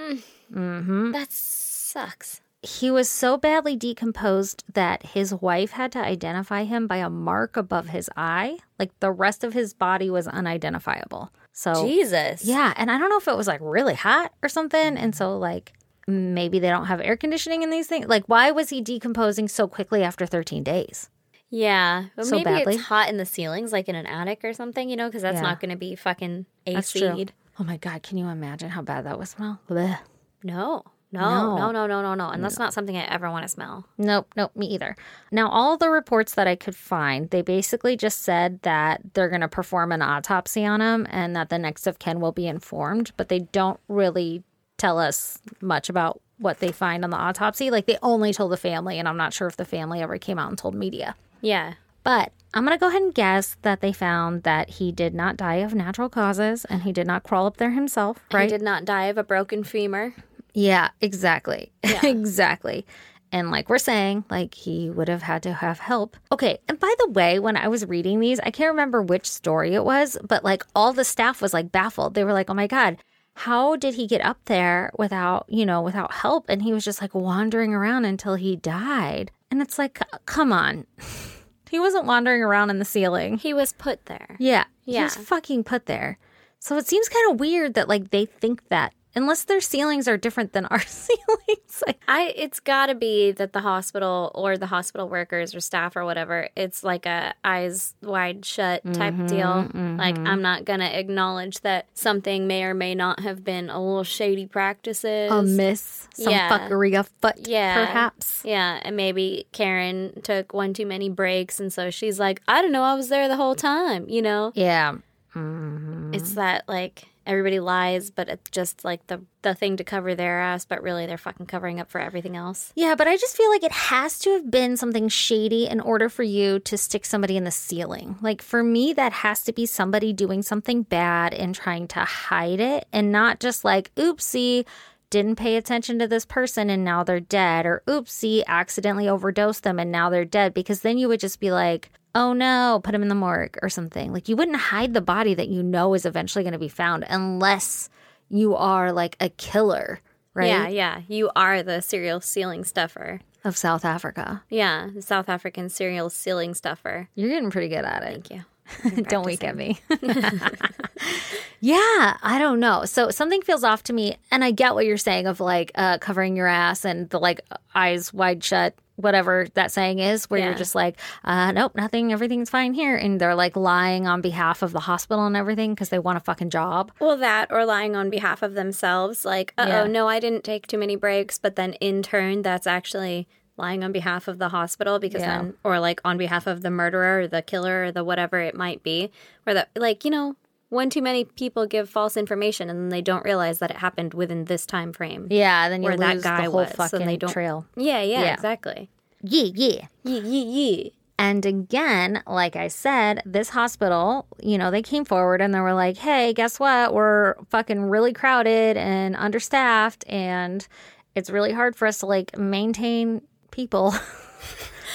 Sandile. Mm. That sucks. he was so badly decomposed that his wife had to identify him by a mark above his eye. Like the rest of his body was unidentifiable. So, Jesus. Oh. yeah. And I don't know if it was like really hot or something. And so, like, maybe they don't have air conditioning in these things. Like, why was he decomposing so quickly after 13 days? Yeah. But So maybe badly. it's hot in the ceilings, like in an attic or something, you know, because that's Yeah. not going to be fucking That's ac true. Oh my God. Can you imagine how bad that would smell? Blech. No. No, No. no, no, no, no, no. And that's not something I ever want to smell. Nope, nope, me either. Now, all the reports that I could find, they basically just said that they're going to perform an autopsy on him and that the next of kin will be informed, but they don't really tell us much about what they find on the autopsy. Like, they only told the family, and I'm not sure if the family ever came out and told media. Yeah. But I'm going to go ahead and guess that they found that he did not die of natural causes and he did not crawl up there himself, I right? did not die of a broken femur. Yeah, exactly. exactly. And like we're saying, like he would have had to have help. Okay. And by the way, when I was reading these, I can't remember which story it was, but like all the staff was like baffled. They were like, oh my God, how did he get up there without, you know, without help? And he was just like wandering around until he died. And it's like, c- come on. he wasn't wandering around in the ceiling. He was put there. Yeah. He Yeah. was fucking put there. So it seems kind of weird that like they think that unless their ceilings are different than our ceilings. Like, I it's got to be that the hospital or the hospital workers or staff or whatever it's like a eyes wide shut type Mm-hmm, deal. Like I'm not gonna acknowledge that something may or may not have been a little shady practices. a miss, some Yeah. fuckery afoot, Yeah. perhaps. yeah, and maybe Karen took one too many breaks, and so she's like, I don't know, I was there the whole time. You know, Yeah. it's that like everybody lies, but it's just like the the thing to cover their ass, but really they're fucking covering up for everything else. Yeah, but I just feel like it has to have been something shady in order for you to stick somebody in the ceiling. Like for me, that has to be somebody doing something bad and trying to hide it and not just like, oopsie, didn't pay attention to this person and now they're dead, or oopsie, accidentally overdosed them and now they're dead. Because then you would just be like, oh no, put them in the morgue or something. Like you wouldn't hide the body that you know is eventually going to be found unless you are like a killer, right? Yeah, yeah, you are the serial ceiling stuffer. Of South Africa. Yeah, the South African cereal ceiling stuffer. You're getting pretty good at it. Thank you. don't wink at me. yeah, I don't know. So something feels off to me, and I get what you're saying of like uh, covering your ass and the like eyes wide shut, whatever that saying is, where Yeah. you're just like, uh, nope, nothing, everything's fine here, and they're like lying on behalf of the hospital and everything because they want a fucking job. Well, that or lying on behalf of themselves, like, uh oh, Yeah. no, I didn't take too many breaks, but then in turn, that's actually lying on behalf of the hospital because Yeah. then, or like on behalf of the murderer or the killer or the whatever it might be, or that, like, you know, one too many people give false information and then they don't realize that it happened within this time frame. Yeah, then you Where lose that guy the whole was, and fucking they don't- trail. Yeah, yeah, Yeah. exactly. Yeah, yeah. Yee, yee, yee. And again, like I said, this hospital, you know, they came forward and they were like, hey, guess what? We're fucking really crowded and understaffed, and it's really hard for us to like maintain people.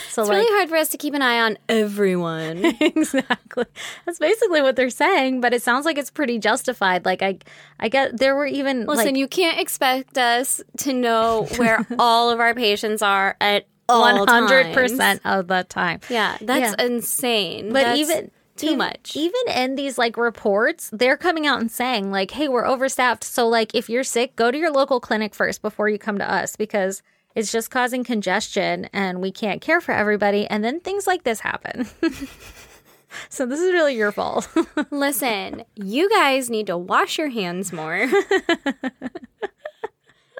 so, It's like, really hard for us to keep an eye on everyone. exactly. That's basically what they're saying, but it sounds like it's pretty justified. Like, I, I get there were even Listen, like, you can't expect us to know where all of our patients are at all 100% times. of the time. Yeah, that's insane. But That's even too even- much. Even in these like reports, they're coming out and saying like, "Hey, we're overstaffed. So like, if you're sick, go to your local clinic first before you come to us because it's just causing congestion and we can't care for everybody. And then things like this happen. so this is really your fault. Listen, you guys need to wash your hands more.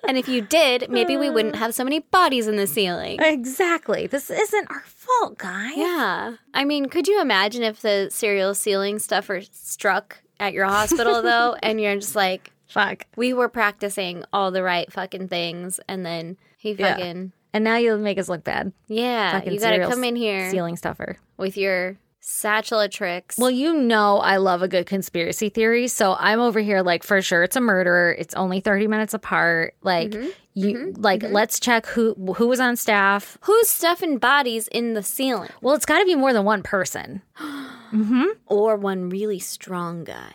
and if you did, maybe we wouldn't Uh. have so many bodies in the ceiling. exactly. This isn't our fault, guys. Yeah. I mean, could you imagine if the serial ceiling stuffer struck at your hospital though and you're just like Fuck. we were practicing all the right fucking things and then he Yeah. fucking And now you'll make us look bad. Yeah, Fucking you got to cereal come in here Ceiling stuffer. with your satchel of tricks. Well, you know, I love a good conspiracy theory. So I'm over here like, for sure, it's a murderer. It's only 30 minutes apart. Like, you, like, let's check who who was on staff. who's stuffing bodies in the ceiling? Well, it's got to be more than one person. Or one really strong guy.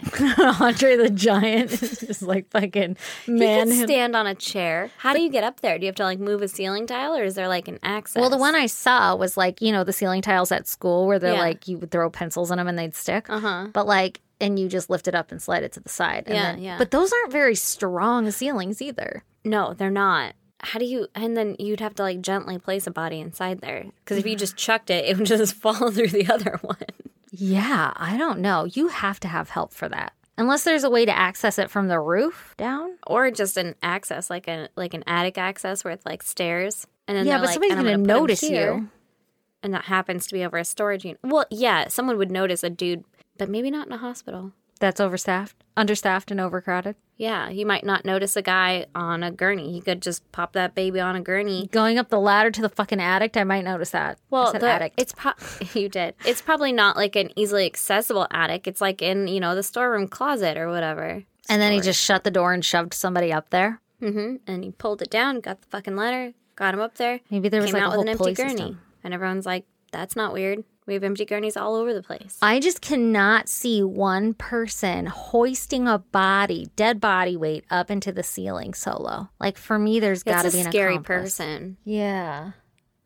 Andre the Giant is just like fucking man. Man him- stand on a chair. How do you get up there? Do you have to like move a ceiling tile, or is there like an access? Well, the one I saw was like, you know, the ceiling tiles at school where they're Yeah. like, you would throw pencils in them and they'd stick. Uh-huh. But like, and you just lift it up and slide it to the side. And Yeah, then, yeah. But those aren't very strong ceilings either. no, they're not. How do you? And then you'd have to like gently place a body inside there because if you just chucked it, it would just fall through the other one. Yeah, I don't know. You have to have help for that. Unless there's a way to access it from the roof down. Or just an access, like an like an attic access where it's like stairs. And then yeah, they're but like, somebody's and I'm going to put 'em notice here. you. and that happens to be over a storage unit. Well, yeah, someone would notice a dude, but maybe not in a hospital. That's overstaffed, understaffed, and overcrowded. Yeah, you might not notice a guy on a gurney. He could just pop that baby on a gurney. Going up the ladder to the fucking addict, I might notice that. Well, I said the, addict. it's pro- you did. It's probably not like an easily accessible attic. It's like in you know the storeroom closet or whatever. and then he just shut the door and shoved somebody up there. Mm-hmm. hmm And he pulled it down, got the fucking ladder, got him up there. Maybe there was came like a out whole with an empty pulley gurney, system. and everyone's like, "That's not weird. We have empty gurneys all over the place." I just cannot see one person hoisting a body, dead body weight up into the ceiling solo. Like for me, there's got to That's be a an scary accomplice. person. Yeah.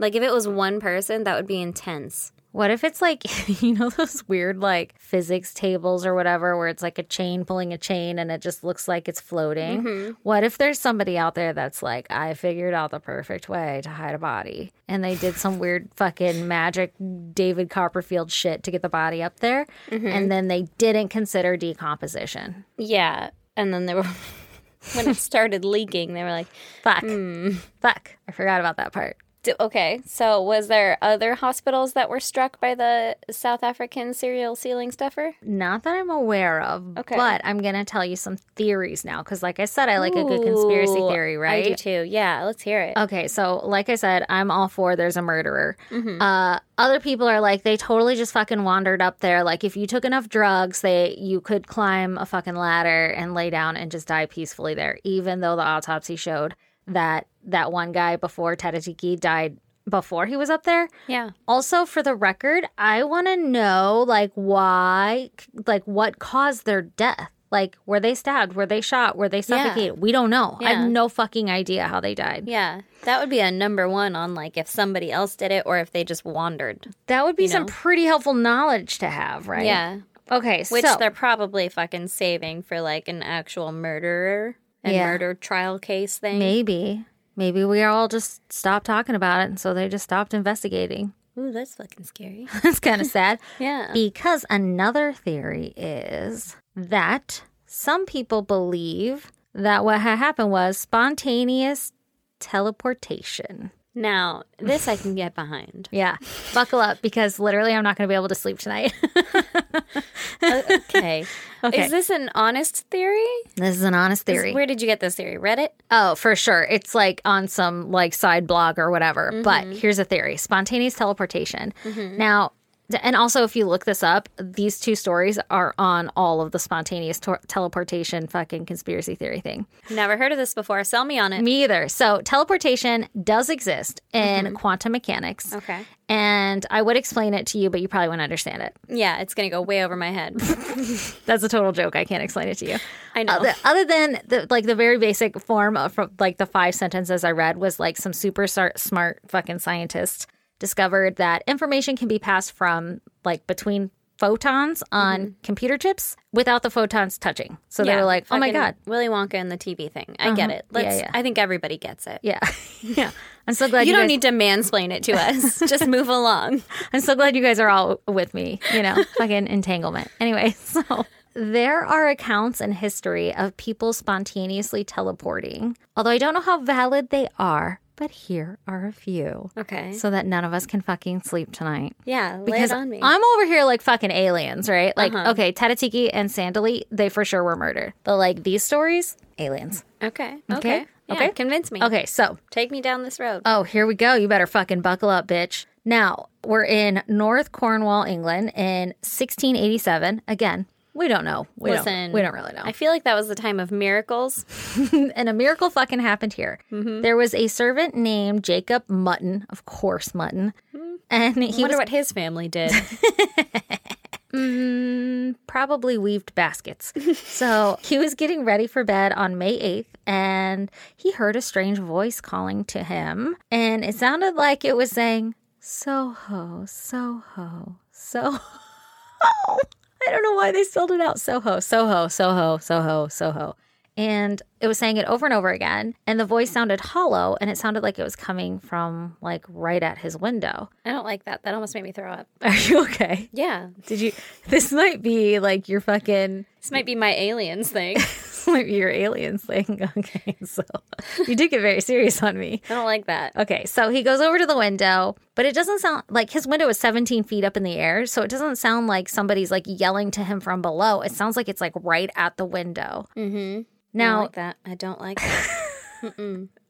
Like if it was one person, that would be intense. What if it's like you know those weird like physics tables or whatever where it's like a chain pulling a chain and it just looks like it's floating? Mm-hmm. What if there's somebody out there that's like I figured out the perfect way to hide a body and they did some weird fucking magic David Copperfield shit to get the body up there Mm-hmm. and then they didn't consider decomposition. Yeah, and then they were when it started leaking, they were like, Fuck. Hmm. Fuck. I forgot about that part. D- "Okay, so was there other hospitals that were struck by the South African serial ceiling stuffer?" Not that I'm aware of, Okay. but I'm going to tell you some theories now cuz like I said I like a good conspiracy Ooh, theory, right? I do too. Yeah, let's hear it. Okay, so like I said, I'm all for there's a murderer. Mm-hmm. Uh, other people are like they totally just fucking wandered up there. Like if you took enough drugs, they you could climb a fucking ladder and lay down and just die peacefully there. Even though the autopsy showed that that one guy before Tatatiki died before he was up there. yeah. Also, for the record, I want to know like why, like what caused their death. Like, were they stabbed? Were they shot? Were they Yeah. suffocated? We don't know. I Yeah. have no fucking idea how they died. Yeah, that would be a number one on like if somebody else did it or if they just wandered. That would be you some know? pretty helpful knowledge to have, right? Yeah, Okay. which so, they're probably fucking saving for like an actual murderer and Yeah. murder trial case thing. maybe, maybe we all just stopped talking about it, and so they just stopped investigating. Ooh, that's fucking scary. That's kind of sad. Yeah. Because another theory is that some people believe that what had happened was spontaneous teleportation. Now, this I can get behind. Yeah. Buckle up because literally I'm not going to be able to sleep tonight. Okay. Okay. Is this an honest theory? this is an honest Is- theory. Where did you get this theory? Reddit? Oh, for sure. It's like on some like side blog or whatever. But here's a theory: spontaneous teleportation. Now, th- and also if you look this up, these two stories are on all of the spontaneous tor- teleportation fucking conspiracy theory thing. Never heard of this before. Sell me on it. Me either. So teleportation does exist in quantum mechanics. Okay. And I would explain it to you, but you probably wouldn't understand it. Yeah, it's going to go way over my head. That's a total joke. I can't explain it to you. I know. other, other than the, like the very basic form of from, like the five sentences I read was like some super sar- smart fucking scientist discovered that information can be passed from like between photons on computer chips without the photons touching. So they Mm-hmm. Yeah, were like, "Oh my fucking god, Uh-huh. Willy Wonka and the TV thing. I get it. Let's, yeah. I think everybody gets it. yeah, yeah." I'm so glad You, you, don't guys, need to mansplain it to us. Just move along. I'm so glad you guys are all with me. You know, fucking entanglement. Anyway, so. There are accounts in history of people spontaneously teleporting, although I don't know how valid they are, but here are a few. Okay. so that none of us can fucking sleep tonight. yeah, lay Because it on me. Uh-huh. I'm over here like fucking aliens, right? Like, okay, Tatatiki and Sandali, they for sure were murdered. But like these stories, aliens. okay. Okay. Okay. Yeah, Okay. Convince me. Okay, so, Take me down this road. oh, here we go. You better fucking buckle up, bitch. Now, we're in North Cornwall, England in 1687. Again, we don't know. We Listen, don't, we don't really know. I feel like that was the time of miracles. and a miracle fucking happened here. Mm-hmm. There was a servant named Jacob Mutton, of course, Mutton. And he was Mm-hmm. Wonder what his family did. probably weaved baskets. so he was getting ready for bed on May 8th and he heard a strange voice calling to him. And it sounded like it was saying, Soho, Soho, Soho. I don't know why they spelled it out. Soho, Soho, Soho, Soho, Soho. And it was saying it over and over again. And the voice sounded hollow and it sounded like it was coming from like right at his window. I don't like that. That almost made me throw up. Are you okay? Yeah. Did you? This might be like your fucking This might be my aliens thing. I might be your aliens thing. Okay, so you did get very serious on me. don't like that. Okay, so he goes over to the window, but it doesn't sound like his window is 17 feet up in the air. So it doesn't sound like somebody's like yelling to him from below. It sounds like it's like right at the window. I Mm-hmm. don't Now, like that. I don't like that.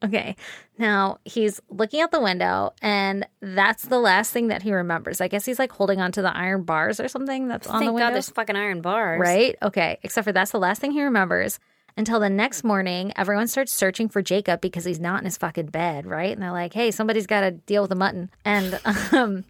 okay, now he's looking out the window, and that's the last thing that he remembers. I guess he's like holding onto the iron bars or something that's on the Thank window. God there's fucking iron bars. Right? Okay. Except for that's the last thing he remembers. until the next morning, everyone starts searching for Jacob because he's not in his fucking bed, right? And they're like, hey, somebody's got to deal with a mutton. And, um,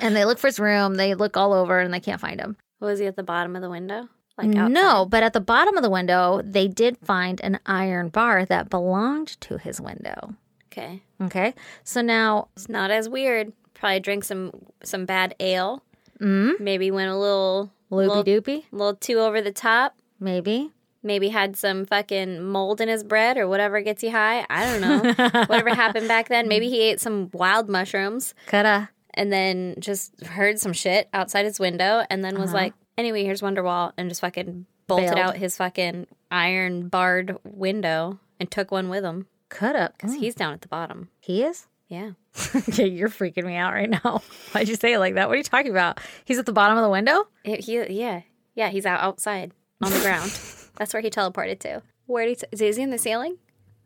and they look for his room, they look all over, and they can't find him. Was he at the bottom of the window? Like outside? No, but at the bottom of the window, they did find an iron bar that belonged to his window. Okay. Okay. So now, It's not as weird. Probably drank some some bad ale. Mm-hmm. Maybe went a little loopy little, doopy, little too over the top. maybe. Maybe had some fucking mold in his bread or whatever gets you high. I don't know. whatever happened back then. Maybe he ate some wild mushrooms Coulda. and then just heard some shit outside his window and then was like, anyway, here's Wonderwall and just fucking bolted Bailed. out his fucking iron barred window and took one with him. Coulda. Because he's down at the bottom. He is? Yeah. okay, you're freaking me out right now. Why'd you say it like that? What are you talking about? He's at the bottom of the window? It, he, yeah, yeah, he's out outside on the ground. That's where he teleported to. Where did he? T- is he in the ceiling?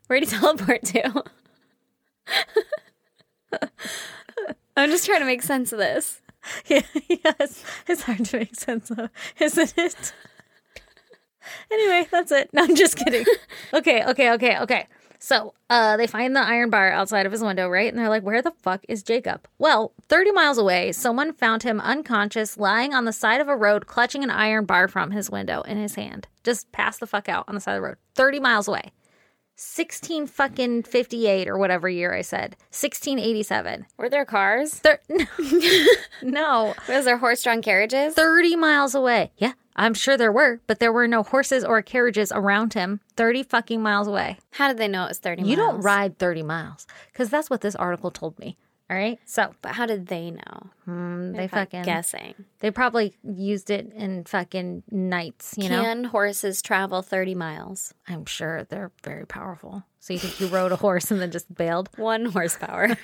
Where did he teleport to? I'm just trying to make sense of this. Yeah, yes. It's hard to make sense of, isn't it? anyway, that's it. No, I'm just kidding. Okay, okay, okay, okay. So uh, they find the iron bar outside of his window, right? And they're like, where the fuck is Jacob? Well, 30 miles away, someone found him unconscious, lying on the side of a road, clutching an iron bar from his window in his hand. Just pass the fuck out on the side of the road. 30 miles away. 16 fucking 58 or whatever year I said. 1687. Were there cars? Thir- no. Was there horse-drawn carriages? 30 miles away. Yeah, I'm sure there were, but there were no horses or carriages around him 30 fucking miles away. How did they know it was 30 You don't miles? ride 30 miles because that's what this article told me. All right. So But how did they know? mm, they If I'm fucking, guessing. they probably used it in fucking nights, you know? Can horses travel 30 miles? I'm sure they're very powerful. So you think you rode a horse and then just bailed? One horsepower.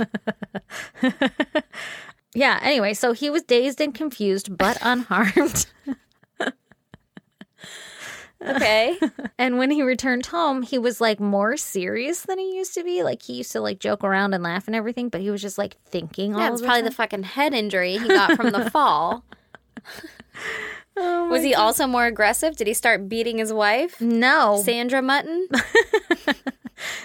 Yeah. Anyway, so he was dazed and confused, but unharmed. okay. And when he returned home, he was like more serious than he used to be. Like he used to like joke around and laugh and everything, but he was just like thinking all Yeah, of it's probably the fucking head injury he got from the fall. was he also more aggressive? Did he start beating his wife? Oh no, Mm-hmm. Sandra Mutton?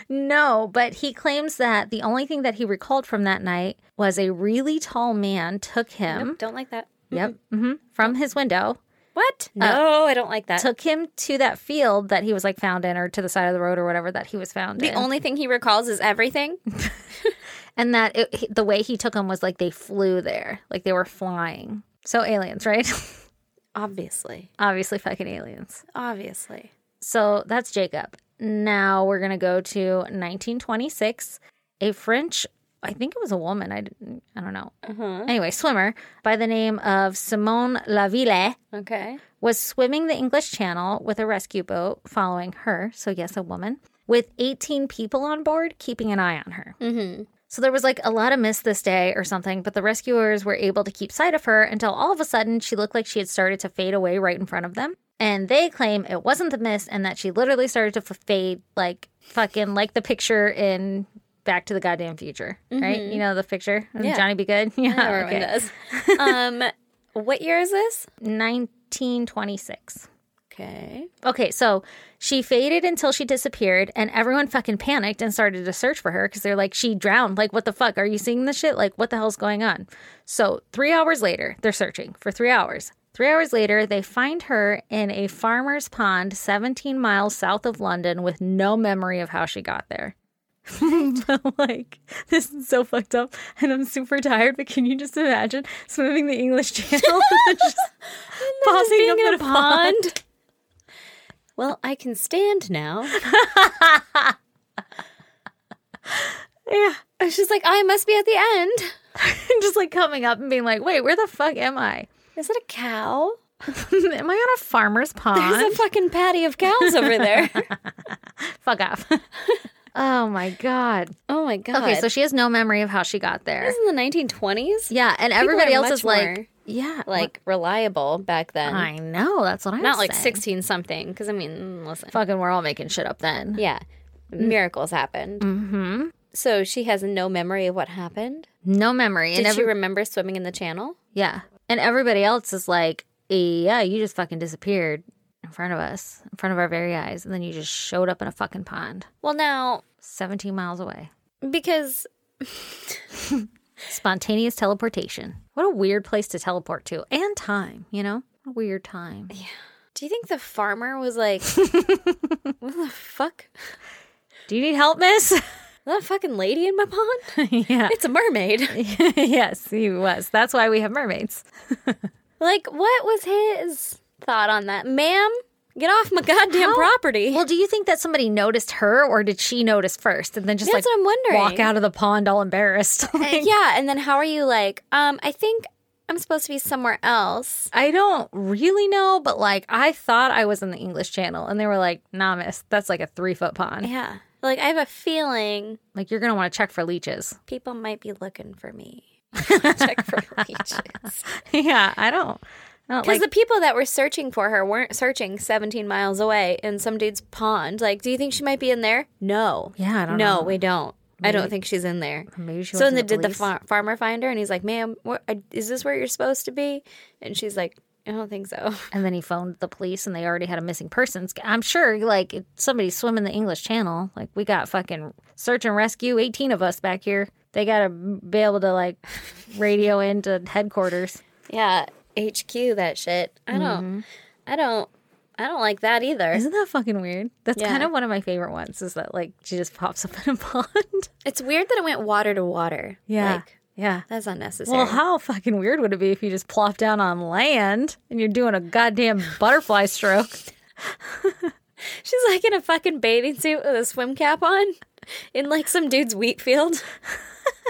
no. But he claims that the only thing that he recalled from that night was a really tall man took him. Nope, don't like that. Yep, hmm from his window, What? No, I don't like that. took him to that field that he was like found in, or to the side of the road, or whatever that he was found the in. only thing he recalls is everything. and that it, he- the way he took him was like they flew there, like they were flying. So aliens, right? Obviously. Obviously, fucking aliens. Obviously. So that's Jacob. Now we're going to go to 1926. A French, I think it was a woman, I, didn't- I don't know. Oh. Anyway, swimmer by the name of Simone Laville Okay. was swimming the English Channel with a rescue boat following her. So, yes, a woman with 18 people on board keeping an eye on her. Mm-hmm. So, there was like a lot of mist this day or something, but the rescuers were able to keep sight of her until all of a sudden she looked like she had started to fade away right in front of them. And they claim it wasn't the mist and that she literally started to f- fade like fucking like the picture in Back to the Goddamn Future, right? You know, the picture of Mm-hmm. Yeah. Johnny Be Good? Yeah, Everyone Oh, okay. does. um, what year is this? 1926. Okay. Okay, so she faded until she disappeared, and everyone fucking panicked and started to search for her because they're like, she drowned. Like, what the fuck? Are you seeing this shit? Like, what the hell's going on? So, three hours later, they're searching for three hours. Three hours later, they find her in a farmer's pond 17 miles south of London with no memory of how she got there. like, this is so fucked up, and I'm super tired, but can you just imagine swimming the English Channel and just popping Being up in in a pond. well, I can stand now. Yeah. I was just like, I must be at the end. just like coming up and being like, wait, where the fuck am I? Is it a cow? am I on a farmer's pond? There's a fucking patty of cows over there. fuck off. oh my God. oh my god. Okay, so she has no memory of how she got there. this is in the 1920s. yeah, and People everybody are else much is like, more, yeah. like reliable back then. I know, that's what I'm Not like saying. 16 something because I mean, listen. Fucking, we're all making shit up then. Yeah. Mm. Miracles happened. Mhm. So she has no memory of what happened. Mm-hmm. No memory. Did and every- she remember swimming in the channel? yeah. And everybody else is like, yeah, you just fucking disappeared. I'm front of us, in front of our very eyes, and then you just showed up in a fucking pond, Well, now, 17 miles away. because Spontaneous teleportation. What a weird place to teleport to, and time, you know? A weird time. do you think the farmer was like, what the fuck? Do you need help, miss? Is that a fucking lady in my pond? yeah. It's a mermaid. yes, he was. That's why we have mermaids. like, what was his thought on that? Ma'am, get off my goddamn How- property. Well, do you think that somebody noticed her or did she notice first and then just That's like what I'm wondering. walk out of the pond all embarrassed? Like, yeah, and then how are you like, um, I think I'm supposed to be somewhere else. I don't really know, but like I thought I was in the English Channel and they were like, nah, miss, that's like a three foot pond. Yeah. Like I have a feeling Like you're going to want to check for leeches. people might be looking for me. Check for leeches. Because yeah, I don't. I don't like, the people that were searching for her weren't searching 17 miles away in some dude's pond. Like, do you think she might be in there? No. Yeah, I don't no, know. we don't. I don't think she's in there. Maybe she so went then to the did the police. far- farmer find her, and he's like, "Ma'am, what, uh, is this where you're supposed to be?" And she's like, "I don't think so." and then he phoned the police and they already had a missing persons. I'm sure like if somebody's swimming the English Channel. Like we got fucking search and rescue, 18 of us back here. They got to be able to like radio into headquarters. Yeah, HQ that shit. I don't Mm-hmm. I don't I don't like that either. Isn't that fucking weird? That's Yeah. kind of one of my favorite ones is that like she just pops up in a pond. It's weird that it went water to water. Like yeah. that's unnecessary. Well, how fucking weird would it be if you just plop down on land and you're doing a goddamn butterfly stroke? She's like in a fucking bathing suit with a swim cap on in like some dude's wheat field.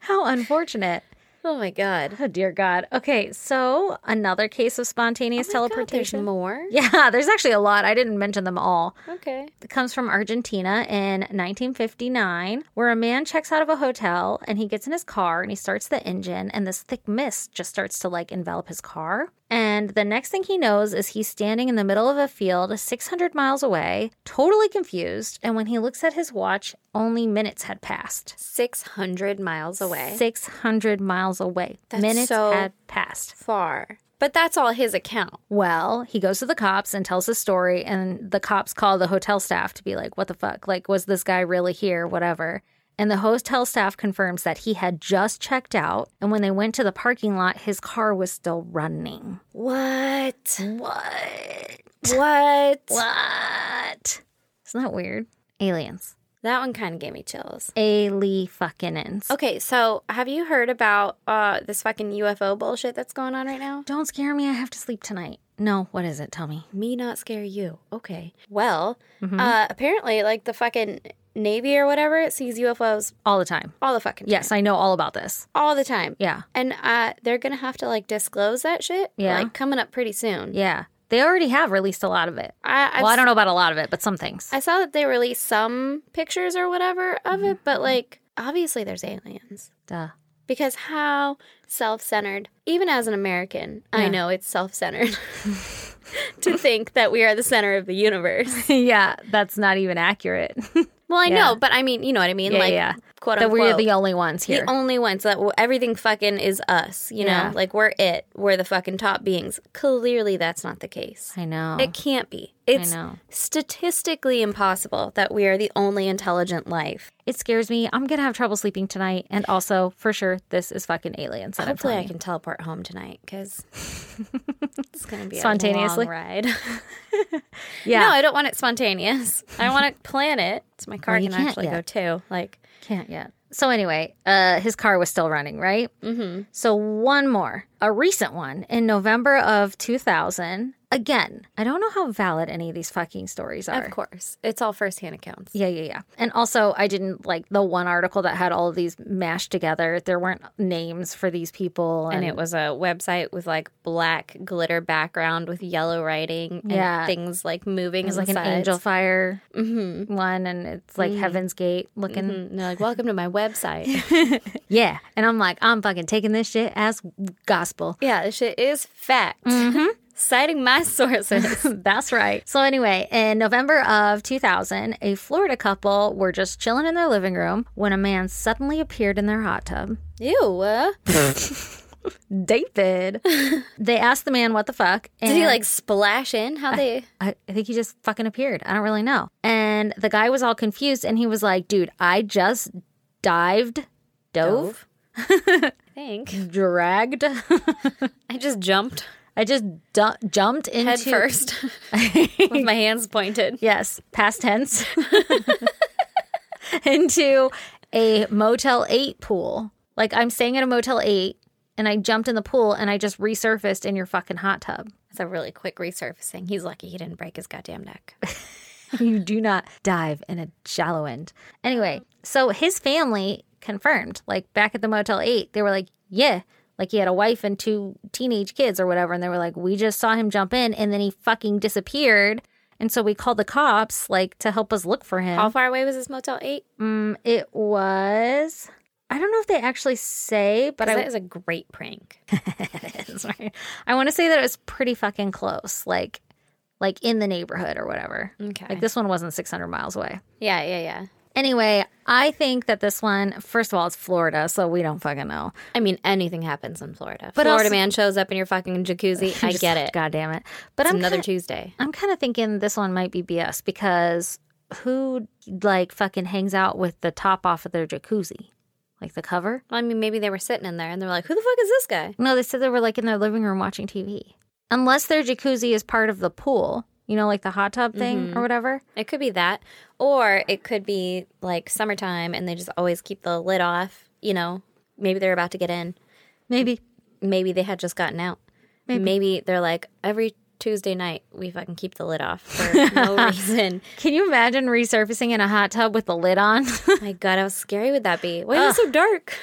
How unfortunate. Oh my god. Oh dear God. Okay, so another case of spontaneous God, there's teleportation. more. yeah, there's actually a lot. I didn't mention them all. Okay. It comes from Argentina in 1959, where a man checks out of a hotel and he gets in his car and he starts the engine, and this thick mist just starts to like envelop his car. And the next thing he knows is he's standing in the middle of a field 600 miles away, totally confused. And when he looks at his watch, only minutes had passed. Six hundred miles away. 600 miles away. That's minutes so- had passed. Far. But that's all his account. Well, he goes to the cops and tells his story, and the cops call the hotel staff to be like, What the fuck? Like, was this guy really here? Whatever. And the hotel staff confirms that he had just checked out, and when they went to the parking lot, his car was still running. What? What? What? What? Isn't that weird? Aliens. That one kind of gave me chills. Ali fucking ins. Okay, so have you heard about uh, this fucking UFO bullshit that's going on right now? Don't scare me. I have to sleep tonight. No, what is it? Tell me. me not scare you. Okay. Well, uh, apparently, like the fucking Navy or whatever it sees UFOs All the time. all the fucking time. Yes, I know all about this. all the time. Yeah. And uh, they're gonna have to like disclose that shit. Yeah. like coming up pretty soon. Yeah. They already have released a lot of it. I, I've well, I don't know about a lot of it, but some things. I saw that they released some pictures or whatever of Mm-hmm. it, but like obviously there's aliens Duh. because how self-centered. Even as an American, I know it's self-centered to think that we are the center of the universe. yeah, that's not even accurate. Well, I Yeah. know, but I mean, you know what I mean, Yeah, like yeah. quote that unquote. we're the only ones the here. only ones that w- everything fucking is us, you know? Yeah. Like we're it. We're the fucking top beings. Clearly that's not the case. I know. It can't be. It's know. statistically impossible that we are the only intelligent life. It scares me. I'm gonna have trouble sleeping tonight, and also for sure, this is fucking aliens. that I'm Hopefully I telling you. can teleport home tonight cuz it's going to be Spontaneously? a long ride. Yeah. No, I don't want it spontaneous. I want to plan it. So my car Well, you can can't actually yet. go too. Like Can't yet. So anyway, uh, his car was still running, right? Mm-hmm. So one more, a recent one in November of 2000. Again, I don't know how valid any of these fucking stories are. of course. It's all first-hand accounts. Yeah, yeah, yeah. And also, I didn't like the one article that had all of these mashed together. There weren't names for these people, and it was a website with like black glitter background with yellow writing and Yeah. things like moving It's as like an angel fire Mm-hmm. one, and it's like Heaven's Gate looking. Mm, And they're like, "Welcome to my website." Yeah, and I'm like, I'm fucking taking this shit as gospel. yeah, this shit is fact. Citing my sources. Mm-hmm. That's right. So anyway, in November of 2000, a Florida couple were just chilling in their living room when a man suddenly appeared in their hot tub. Ew. uh, David. they asked the man what the fuck. And Did he like splash in? How they? I, I think he just fucking appeared. I don't really know. And the guy was all confused and he was like, dude, I just dived, dove, I think dragged. I just jumped I just du- jumped into. head first with my hands pointed. Yes, past tense. into a Motel 8 pool. Like I'm staying at a Motel 8 and I jumped in the pool and I just resurfaced in your fucking hot tub. It's a really quick resurfacing. He's lucky he didn't break his goddamn neck. you do not dive in a shallow end. Anyway, so his family confirmed, like back at the Motel 8, they were like, yeah, like he had a wife and two teenage kids or whatever. And they were like, we just saw him jump in and then he fucking disappeared. And so we called the cops, like, to help us look for him. How far away was this Motel Eight? Um, it was. I don't know if they actually say, but I That is a great prank. sorry. I want to say that it was pretty fucking close, like like in the neighborhood or whatever. Okay. Like this one wasn't 600 miles away. Yeah, yeah, yeah. Anyway, I think that this one, first of all, it's Florida, so we don't fucking know. I mean, anything happens in Florida. But Florida also- man shows up in your fucking jacuzzi. I Just- get it. God damn it. But It's I'm another kinda, Tuesday. I'm kind of thinking this one might be BS because who like fucking hangs out with the top off of their jacuzzi? Like the cover? Well, I mean, maybe they were sitting in there and they're like, "Who the fuck is this guy?" No, they said they were like in their living room watching TV. Unless their jacuzzi is part of the pool, you know, like the hot tub thing or whatever. It could be that, or it could be like summertime and they just always keep the lid off. You know, maybe they're about to get in. Maybe. Maybe they had just gotten out. Maybe, they're like every Tuesday night we fucking keep the lid off for no reason. Can you imagine resurfacing in a hot tub with the lid on? My God, how scary would that be? Why is it so dark?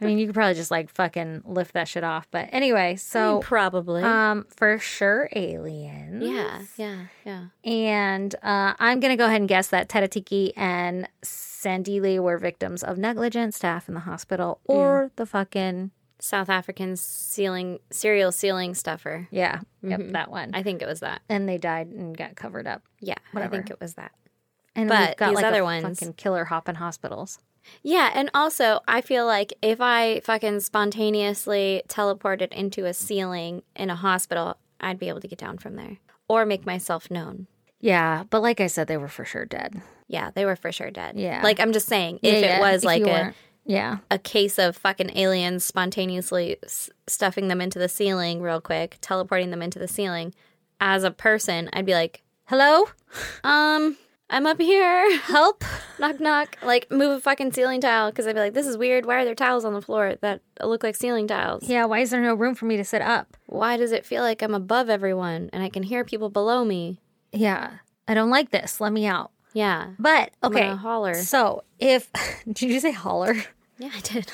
I mean, you could probably just like fucking lift that shit off. But anyway, I mean, so probably. um for sure aliens. yeah, yeah, yeah. And uh, I'm gonna go ahead and guess that Teddy and Sandy Lee were victims of negligent staff in the hospital or the fucking South African ceiling serial ceiling stuffer. yeah, yep, that one. I think it was that. and they died and got covered up. Yeah, I think it was that. And But we've got these like other a ones- fucking killer hopping hospitals. Yeah, and also I feel like if I fucking spontaneously teleported into a ceiling in a hospital, I'd be able to get down from there or make myself known. Yeah, but like I said, they were for sure dead. Yeah, they were for sure dead. Yeah. like I'm just saying, if it was like a yeah, a case of fucking aliens spontaneously s- stuffing them into the ceiling real quick, teleporting them into the ceiling, as a person, I'd be like, hello, um, I'm up here. help. knock knock like move a fucking ceiling tile because i'd be like this is weird why are there tiles on the floor that look like ceiling tiles Yeah, why is there no room for me to sit up? why does it feel like i'm above everyone and i can hear people below me Yeah, I don't like this. Let me out. yeah But gonna okay, holler. So if did you say holler? yeah i did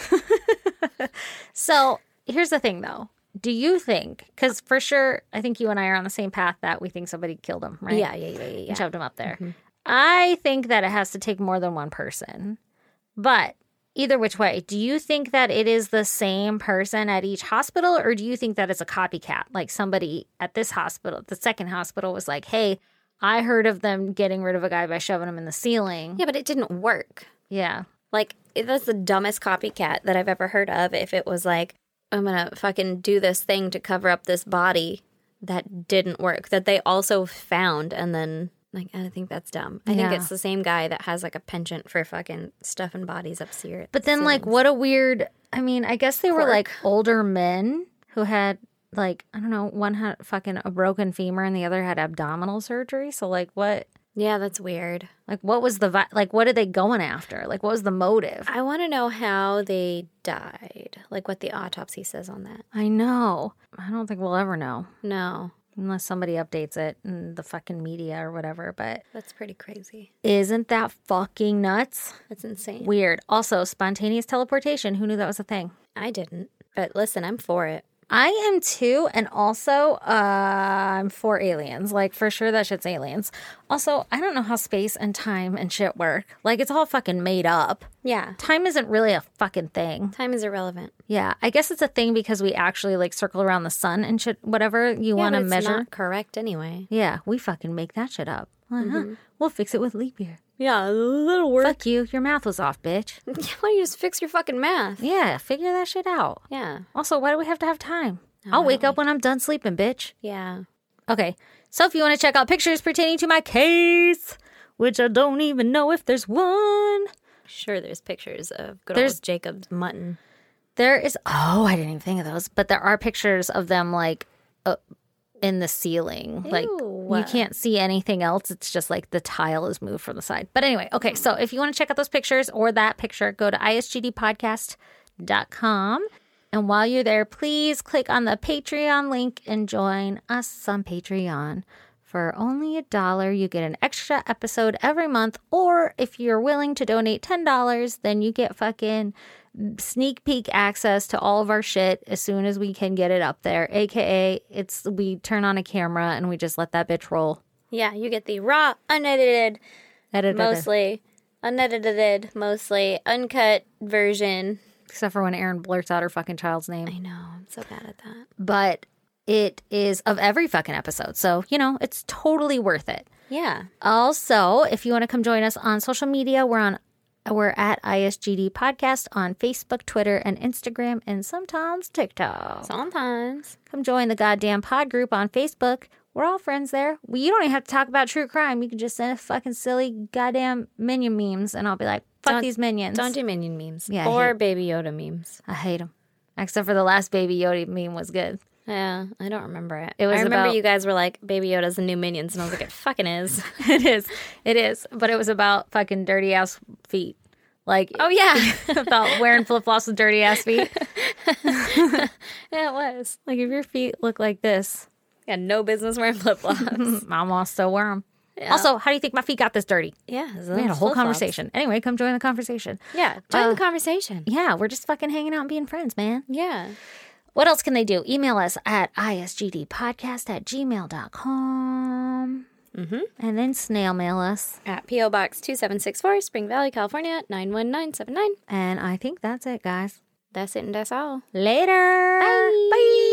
So here's the thing, though. Do you think? Because for sure, I think you and I are on the same path that we think somebody killed him, right? yeah yeah yeah yeah, Mm-hmm. yeah. and shoved him up there. I think that it has to take more than one person. But either which way, do you think that it is the same person at each hospital, or do you think that it's a copycat? Like somebody at this hospital, the second hospital, was like, hey, I heard of them getting rid of a guy by shoving him in the ceiling. yeah but it didn't work Yeah. like it- that's the dumbest copycat that i've ever heard of if it was like i'm gonna fucking do this thing to cover up this body that didn't work that they also found and then like I think that's dumb. I Yeah. think it's the same guy that has like a penchant for fucking stuffing bodies up ceil- But then, like, what a weird. I mean, I guess they were like older men who had. Like, I don't know, one had fucking a broken femur and the other had abdominal surgery. So, like, what? Yeah, that's weird. Like, what was the vi- like? What are they going after? Like, what was the motive? I want to know how they died, like what the autopsy says on that. I know. I don't think we'll ever know No, unless somebody updates it in the fucking media or whatever. But that's pretty crazy. isn't that fucking nuts? That's insane. Weird. Also, spontaneous teleportation. Who knew that was a thing? I didn't, but listen, I'm for it. I am too, and also uh, I'm for aliens. Like for sure, that shit's aliens. Also, I don't know how space and time and shit work. Like it's all fucking made up. Yeah, Time isn't really a fucking thing. time is irrelevant. Yeah, I guess it's a thing because we actually like circle around the sun and shit, whatever you Yeah, want to but it's measure. not correct anyway? Mm-hmm. Yeah, we fucking make that shit up. Uh-huh. We'll fix it with leap year. Yeah, a little work. Fuck you. Your math was off, bitch. Why don't you just fix your fucking math? Yeah, figure that shit out. Yeah. Also, why do we have to have time? I'll wake up when I'm done sleeping, bitch. Yeah. Okay. So if you want to check out pictures pertaining to my case, which I don't even know if there's one. Sure, there's pictures of good There's- old Jacob's mutton. There is oh, I didn't even think of those, but there are pictures of them like uh, in the ceiling. Like Ew. you can't see anything else. It's just like the tile is moved from the side. But anyway, okay, so if you want to check out those pictures or that picture, go to isgdpodcast.com. And while you're there, please click on the Patreon link and join us on Patreon. For only a dollar, you get an extra episode every month. Or if you're willing to donate $10, then you get fucking sneak peek access to all of our shit as soon as we can get it up there. AKA, it's we turn on a camera and we just let that bitch roll. Yeah, you get the raw, unedited, Edited, mostly, unedited, mostly, uncut version. Except for when Aaron blurts out her fucking child's name. I know, I'm so bad at that. But it is of every fucking episode. So, you know, it's totally worth it. Yeah. Also, if you want to come join us on social media, we're on we're at ISGD Podcast on Facebook, Twitter, and Instagram, and sometimes TikTok. Sometimes. Come join the goddamn pod group on Facebook. We're all friends there. We, you don't even have to talk about true crime. You can just send us fucking silly goddamn minion memes, and I'll be like, fuck Don't- these minions. Don't do minion memes. Yeah, I or hate- Baby Yoda memes. I hate them. Except for the last Baby Yoda meme was good. Yeah, I don't remember it. It was I remember about- you guys were like, Baby Yoda's the new minions. And I was like, it fucking is. it is. It is. But it was about fucking dirty ass feet. Like, oh, yeah. about wearing flip flops with dirty ass feet. yeah, it was. Like if your feet look like this, Yeah, no business wearing flip flops. mama still wear them. Also, how do you think my feet got this dirty? yeah, We had a whole conversation. Uh, Anyway, come join the conversation. Yeah, join the conversation. Yeah, we're just fucking hanging out and being friends, man. Yeah. What else can they do? Email us at isgdpodcast at gmail.com. Mm-hmm. And then snail mail us. At P.O. Box 2764, Spring Valley, California, 91979. And I think that's it, guys. That's it and that's all. Later. Bye. Bye.